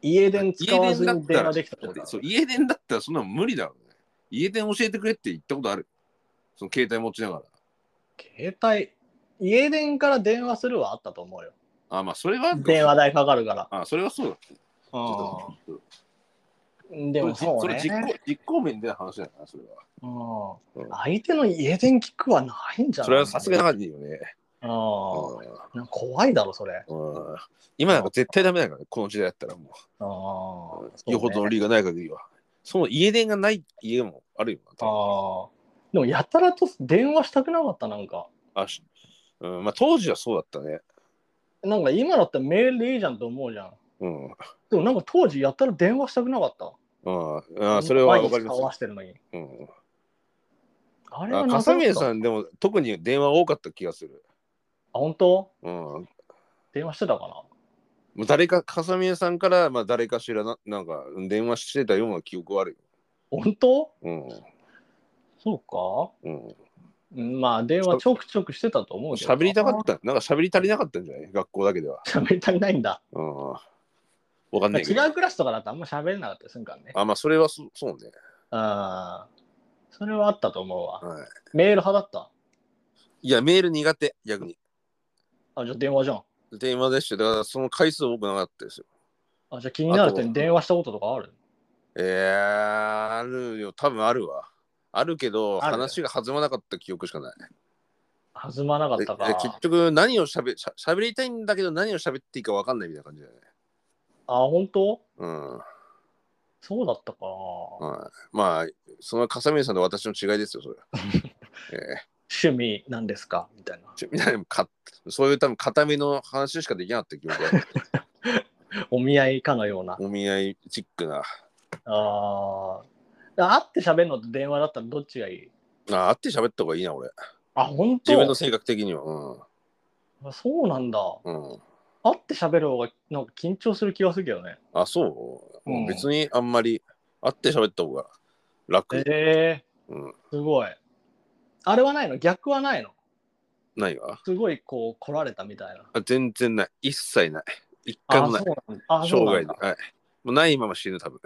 [SPEAKER 2] 家電使わず
[SPEAKER 3] 家
[SPEAKER 2] に電話できたって
[SPEAKER 3] だっ
[SPEAKER 2] こ
[SPEAKER 3] て
[SPEAKER 2] と
[SPEAKER 3] そう家電だったらそんなの無理だろうね。家電教えてくれって言ったことある。その携帯持ちながら。
[SPEAKER 2] 携帯、家電から電話するはあったと思うよ。
[SPEAKER 3] あ、まあそれは。
[SPEAKER 2] 電話代かかるから。
[SPEAKER 3] あ、それはそうだ。ちょ
[SPEAKER 2] う
[SPEAKER 3] っと
[SPEAKER 2] ん、でもそう
[SPEAKER 3] それ
[SPEAKER 2] ね。
[SPEAKER 3] 実行実行面での話だよな、それは。
[SPEAKER 2] う
[SPEAKER 3] うん
[SPEAKER 2] ん、相手の家電聞くはないんじゃない
[SPEAKER 1] それはさすがなかったよね。
[SPEAKER 2] うん
[SPEAKER 3] うん
[SPEAKER 2] なんか怖いだろ、それ。
[SPEAKER 1] うん今なんか絶対ダメだからね、この時代だったらも
[SPEAKER 2] ああ
[SPEAKER 1] う、
[SPEAKER 2] そうね
[SPEAKER 1] よほどの理由がない限りは。その家電がない家もあるよな。多
[SPEAKER 2] ああ。でもやたらと電話したくなかった、なんか。
[SPEAKER 1] 分あしうんまあ、当時はそうだったね。
[SPEAKER 2] なんか今だったらメールでいいじゃんと思うじゃん。
[SPEAKER 1] うん。うん
[SPEAKER 2] でもなんか当時やったら電話したくなかった。
[SPEAKER 1] あそれはわかりま
[SPEAKER 2] 毎日
[SPEAKER 1] す
[SPEAKER 2] 顔合。わせてるのに。
[SPEAKER 1] うん、
[SPEAKER 2] あれは
[SPEAKER 1] あ
[SPEAKER 2] な
[SPEAKER 1] 笠
[SPEAKER 2] な
[SPEAKER 1] 宮
[SPEAKER 2] か
[SPEAKER 1] さ
[SPEAKER 2] あ、
[SPEAKER 1] ん、でも特に電話多かった気がする。
[SPEAKER 2] 本当
[SPEAKER 1] うん、も
[SPEAKER 2] 電話してたか
[SPEAKER 1] う誰か笠宮さんから、まあ、誰かしらななんか電話してたような記憶はある
[SPEAKER 2] な本当
[SPEAKER 1] よ。
[SPEAKER 2] そう
[SPEAKER 1] うんうん、
[SPEAKER 2] かうんまあ電話ちょくちょくしてたと思うけど。
[SPEAKER 1] 喋りたかった、なんか喋り足りなかったんじゃない学校だけでは。
[SPEAKER 2] た。喋りたくないんだ。
[SPEAKER 1] うん、わかんないけ
[SPEAKER 2] 違
[SPEAKER 1] ど。
[SPEAKER 2] うクラスとかだとあんま喋れなかったりするからね。
[SPEAKER 1] あ、まあ、それはそそうね。
[SPEAKER 2] ああ。それはあったと思うわ。
[SPEAKER 1] は
[SPEAKER 2] メール派だった。
[SPEAKER 1] い、いや、メール苦手、逆に。
[SPEAKER 2] あ、じゃあ電話じゃん。
[SPEAKER 1] 電話でしたよだからその回数多くなかったですよ。
[SPEAKER 2] あ、じゃあ気になる人
[SPEAKER 1] あと
[SPEAKER 2] に電話したこととかある
[SPEAKER 1] えー、あるよ、多分あるわ。あるけど、
[SPEAKER 2] ある
[SPEAKER 1] 話が弾まなかった記憶しかない。
[SPEAKER 2] 弾まなかった
[SPEAKER 1] え
[SPEAKER 2] か
[SPEAKER 1] え。結局、何をしゃべしゃ喋りたいんだけど、何を喋っていいか分かんないみたいな感じだよね。
[SPEAKER 2] あ、本当
[SPEAKER 1] うん。
[SPEAKER 2] そうだったかな。
[SPEAKER 1] はい、まあ、その笠宮さんと私の違いですよ、それは。え
[SPEAKER 2] 趣味なんですかみたい
[SPEAKER 1] ーちょみんなでもかそういう多分固めの話しかできなかった記憶がある
[SPEAKER 2] な。お見合いかのような。
[SPEAKER 1] お見合いチックな。
[SPEAKER 2] ああ。会って喋るのと電話だったらどっちがいい
[SPEAKER 1] あ、会って喋った方がいいな、俺。
[SPEAKER 2] あ、本当
[SPEAKER 1] 自分の性格的には。
[SPEAKER 2] あそうなんだ。
[SPEAKER 1] うん。うん。
[SPEAKER 2] 会って喋る方がなんか緊張する気がするけどね。
[SPEAKER 1] あ、そう、
[SPEAKER 2] うん
[SPEAKER 1] 別にあんまり会って喋った方が楽。
[SPEAKER 2] ええ
[SPEAKER 1] うん。
[SPEAKER 2] すごい。あれはないの逆はないの
[SPEAKER 1] ないわ。
[SPEAKER 2] すごいこう来られたみたいな。
[SPEAKER 1] あ全然ない。一切ない。一回
[SPEAKER 2] あ
[SPEAKER 1] もない。
[SPEAKER 2] そうなんだ。あ、
[SPEAKER 1] 生
[SPEAKER 2] そうな
[SPEAKER 1] 涯
[SPEAKER 2] ん
[SPEAKER 1] で。
[SPEAKER 2] だ。
[SPEAKER 1] はい。もうないまま死ぬ、多分。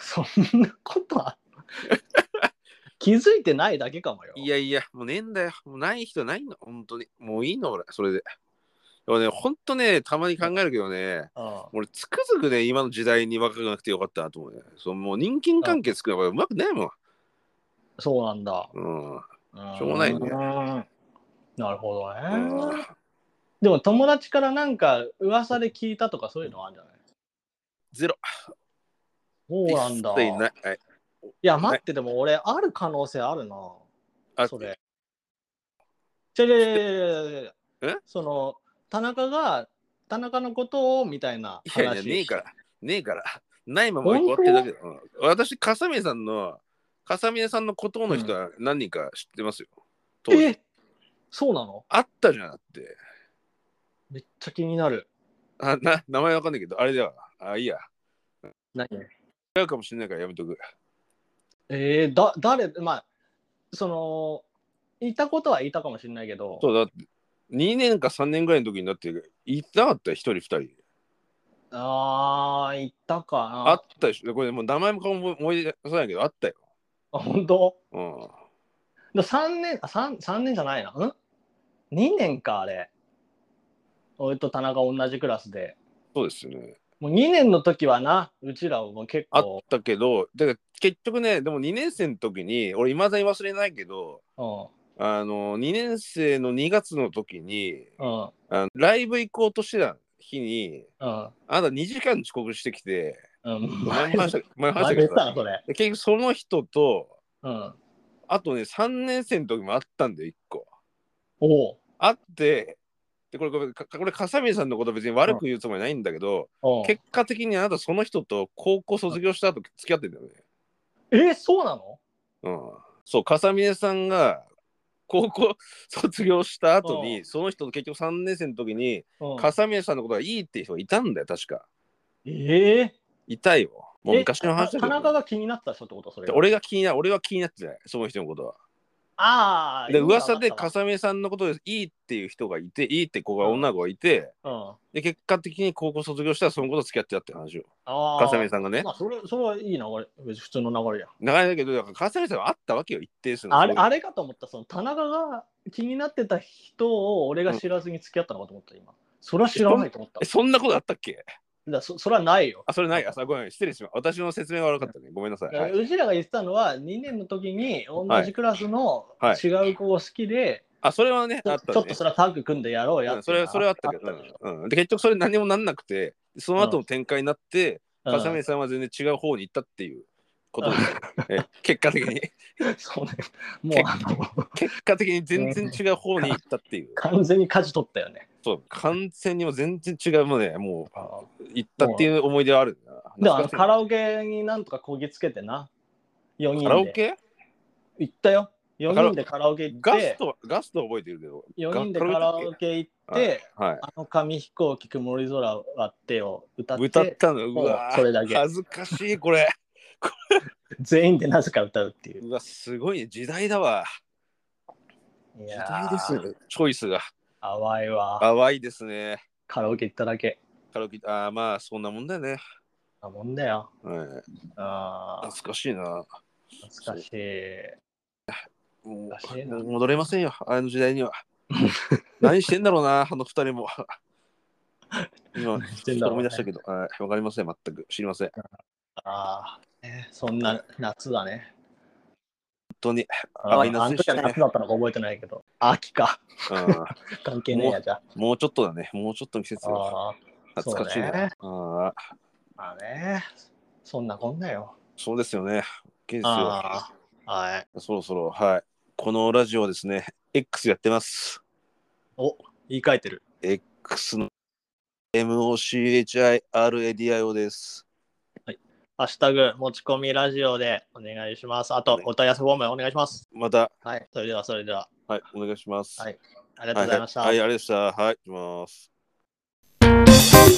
[SPEAKER 2] そんなことは。 気づいてないだけかもよ。
[SPEAKER 1] いやいや、もうねえんだよ。もうない人ないの、本当に。もういいの、俺、それで。でもね、ほんとね、たまに考えるけどね、
[SPEAKER 2] うん
[SPEAKER 1] 俺、つくづくね、今の時代に若くなくてよかったなと思うね。そのもう人間関係作ればうまくないもん。
[SPEAKER 2] そうなんだ。
[SPEAKER 1] うん。うん
[SPEAKER 2] し
[SPEAKER 1] しょうがないね
[SPEAKER 2] なるほどね。でも友達からなんか噂で聞いたとかそういうのあるんじゃない
[SPEAKER 1] ゼロ。
[SPEAKER 2] そうなんだ。
[SPEAKER 1] 一切ない。はい、
[SPEAKER 2] いや、待って、でも俺、ある可能性あるな。
[SPEAKER 1] あ
[SPEAKER 2] それ。じゃじゃじゃじゃ
[SPEAKER 1] え
[SPEAKER 2] その、田中が、田中のことをみたいない話。
[SPEAKER 1] やいや、ねえから。ねえから。ないまま終わってるだけだ。うん、私、笠宮さんの、笠宮さんのことの人は何人か知ってますよ。当時
[SPEAKER 2] えそうなの
[SPEAKER 1] あったじゃんだって。
[SPEAKER 2] めっちゃ気になる。
[SPEAKER 1] あな名前わかんないけど、あれだわ。あ、いいや。
[SPEAKER 2] 何
[SPEAKER 1] 違うかもしれないからやめとく。
[SPEAKER 2] えー、だ、誰、まあ、その、いたことはいたかもしれないけど、
[SPEAKER 1] そうだって2年か3年ぐらいの時になっていなかったよ一人二人
[SPEAKER 2] ああ、いたかな。
[SPEAKER 1] あったでしょこれもう名前も顔も思い出さないけどあったよ、
[SPEAKER 2] あ本当
[SPEAKER 1] うん、
[SPEAKER 2] だ3年、あ三三年じゃないな。ん ?2 年か、あれ。俺と田中同じクラスで。
[SPEAKER 1] そうですよね
[SPEAKER 2] もう2年の時はな、うちらはもう結
[SPEAKER 1] あっ
[SPEAKER 2] 構、
[SPEAKER 1] たけどだから結局ねでも2年生の時に俺いまだに忘れないけどあの2年生の2月の時に
[SPEAKER 2] うん、うん、
[SPEAKER 1] あのライブ行こうとしてた日に
[SPEAKER 2] うん。
[SPEAKER 1] あなた2時間遅刻してきて
[SPEAKER 2] うん、
[SPEAKER 1] 前 も話した前も話
[SPEAKER 2] あ
[SPEAKER 1] したけ
[SPEAKER 2] れさ
[SPEAKER 1] ど
[SPEAKER 2] たな、それ。
[SPEAKER 1] で結局その人と
[SPEAKER 2] うん。
[SPEAKER 1] あとね3年生の時もあったんだよ1個
[SPEAKER 2] おう
[SPEAKER 1] あってでこれこれかこれ笠宮さんのこと別に悪く言うつもりないんだけど、
[SPEAKER 2] おう
[SPEAKER 1] 結果的にあなたその人と高校卒業した後付き合ってんだよね、
[SPEAKER 2] え、そうなの
[SPEAKER 1] うん、そう笠宮さんが高校卒業した後
[SPEAKER 2] う
[SPEAKER 1] に
[SPEAKER 2] ん
[SPEAKER 1] その人と結局3年生の時に
[SPEAKER 2] うん
[SPEAKER 1] 笠宮さんのことがいいっていう人がいたんだよ確か
[SPEAKER 2] ええ
[SPEAKER 1] いたよもう
[SPEAKER 2] え
[SPEAKER 1] 昔の話だ
[SPEAKER 2] た
[SPEAKER 1] け
[SPEAKER 2] 田
[SPEAKER 1] ど
[SPEAKER 2] 中が気になってた人ってことそれ
[SPEAKER 1] で
[SPEAKER 2] が。
[SPEAKER 1] 俺が気にな俺は気になってないその人のことは
[SPEAKER 2] ああ。
[SPEAKER 1] で
[SPEAKER 2] いいの
[SPEAKER 1] 噂で
[SPEAKER 2] わかっ
[SPEAKER 1] 笠宮さんのことでいいっていう人がいていいって子が女の子がいて、
[SPEAKER 2] たわうん。
[SPEAKER 1] で結果的に高校卒業したらその子と付き合ってたって話を
[SPEAKER 2] ああ。
[SPEAKER 1] 笠宮さんがね
[SPEAKER 2] まあ、それ、それはいい流れ。別に普通の流れや。
[SPEAKER 1] 長いだけどだから笠宮さんはあったわけよ一定数の
[SPEAKER 2] あれ、
[SPEAKER 1] そういう
[SPEAKER 2] あれかと思った、その田中が気になってた人を俺が知らずに付き合ったのかと思った、今。それは知らないと思っ
[SPEAKER 1] え
[SPEAKER 2] た。だか
[SPEAKER 1] そんなことあったっけ
[SPEAKER 2] らそそれはないよ。
[SPEAKER 1] あそれないあさごめん失礼します私の説明が悪かったねごめんなさい、はい、
[SPEAKER 2] うちらが言ってたのは、2年の時に同じクラスの
[SPEAKER 1] はい
[SPEAKER 2] 違う子を好きで、
[SPEAKER 1] あそれはねあっ
[SPEAKER 2] ちょ
[SPEAKER 1] た
[SPEAKER 2] ちょっ
[SPEAKER 1] ね
[SPEAKER 2] とそれはタッグ組んでやろうや
[SPEAKER 1] うんそれはそれはあったけど
[SPEAKER 2] でしょ
[SPEAKER 1] うん、で結局それ何もなんなくてその後の展開になって、
[SPEAKER 2] うん
[SPEAKER 1] 笠宮さんは全然違う方に行ったっていうこと ですよ、え結果的に
[SPEAKER 2] そうね。もうあの
[SPEAKER 1] 結果的に全然違う方に行ったっていう
[SPEAKER 2] 完全に舵取ったよね。
[SPEAKER 1] そう完全にもう全然違うもうねもう行ったっていう思い出はあるな
[SPEAKER 2] であ
[SPEAKER 1] 懐
[SPEAKER 2] の
[SPEAKER 1] かしい
[SPEAKER 2] カラオケになんとかこぎつけてな。4人で
[SPEAKER 1] カラオケ
[SPEAKER 2] 行ったよ。4人でカラオケ行っ
[SPEAKER 1] ガス
[SPEAKER 2] て、
[SPEAKER 1] トは、ガストは覚えてるけど。
[SPEAKER 2] 4人でカ
[SPEAKER 1] ガ
[SPEAKER 2] ラオケ行って、
[SPEAKER 1] はい。
[SPEAKER 2] あの紙飛行機曇り空割ってを歌って
[SPEAKER 1] 歌ったの、うわー
[SPEAKER 2] それだけ
[SPEAKER 1] 恥ずかしい、これ。
[SPEAKER 2] 全員でなぜか歌うっていう。
[SPEAKER 1] うわ、すごいね、時代だわ。
[SPEAKER 2] い
[SPEAKER 1] 時
[SPEAKER 2] や
[SPEAKER 1] 代です
[SPEAKER 2] ー
[SPEAKER 1] ね。チョイスが。
[SPEAKER 2] 淡いわ。
[SPEAKER 1] 淡いですね。
[SPEAKER 2] カラオケ行っただけ
[SPEAKER 1] カラオケ、あーまあ、そんなもんだよね。
[SPEAKER 2] なもんだよ。
[SPEAKER 1] はい、
[SPEAKER 2] あー
[SPEAKER 1] 懐かしいな。
[SPEAKER 2] 懐かしい。
[SPEAKER 1] も
[SPEAKER 2] 懐かしいうな
[SPEAKER 1] もう戻れませんよ、あの時代に は。何してんだろうな、あの二人も。今、
[SPEAKER 2] し
[SPEAKER 1] ち
[SPEAKER 2] て
[SPEAKER 1] ょ
[SPEAKER 2] ん
[SPEAKER 1] っ
[SPEAKER 2] だ
[SPEAKER 1] と
[SPEAKER 2] ろう
[SPEAKER 1] 思い
[SPEAKER 2] ね
[SPEAKER 1] 出したけど、はい、わかりません、全く知りま せん。本
[SPEAKER 2] あーねそんな夏だね。
[SPEAKER 1] 当に。
[SPEAKER 2] あ
[SPEAKER 1] あ
[SPEAKER 2] ーあの時は夏だったのか覚えてないけど。秋か。
[SPEAKER 1] う
[SPEAKER 2] 関係ねえやじゃ
[SPEAKER 1] ん、もうちょっとだね、もうちょっとの季節
[SPEAKER 2] あ。
[SPEAKER 1] よ。
[SPEAKER 2] あー
[SPEAKER 1] 懐かしい
[SPEAKER 2] そうね
[SPEAKER 1] な。ああ、
[SPEAKER 2] まあね。そんなこんなよ。
[SPEAKER 1] そうですよね。OK ですよ。
[SPEAKER 2] ああ。はい。
[SPEAKER 1] そろそろ、はい。このラジオはですね、X やってます。
[SPEAKER 2] お言い換えてる。
[SPEAKER 1] X の MOCHIRADIO です。
[SPEAKER 2] ハッシュタグ持ち込みラジオでお願いします。あと、お問い合わせフォームお願いします。
[SPEAKER 1] また、
[SPEAKER 2] はい。それでは、それでは、
[SPEAKER 1] はい、お願いします。
[SPEAKER 2] はい
[SPEAKER 1] い、
[SPEAKER 2] ありがとうございました。
[SPEAKER 1] はい、はいありがとうございました。はい、行きま
[SPEAKER 4] 「
[SPEAKER 1] す。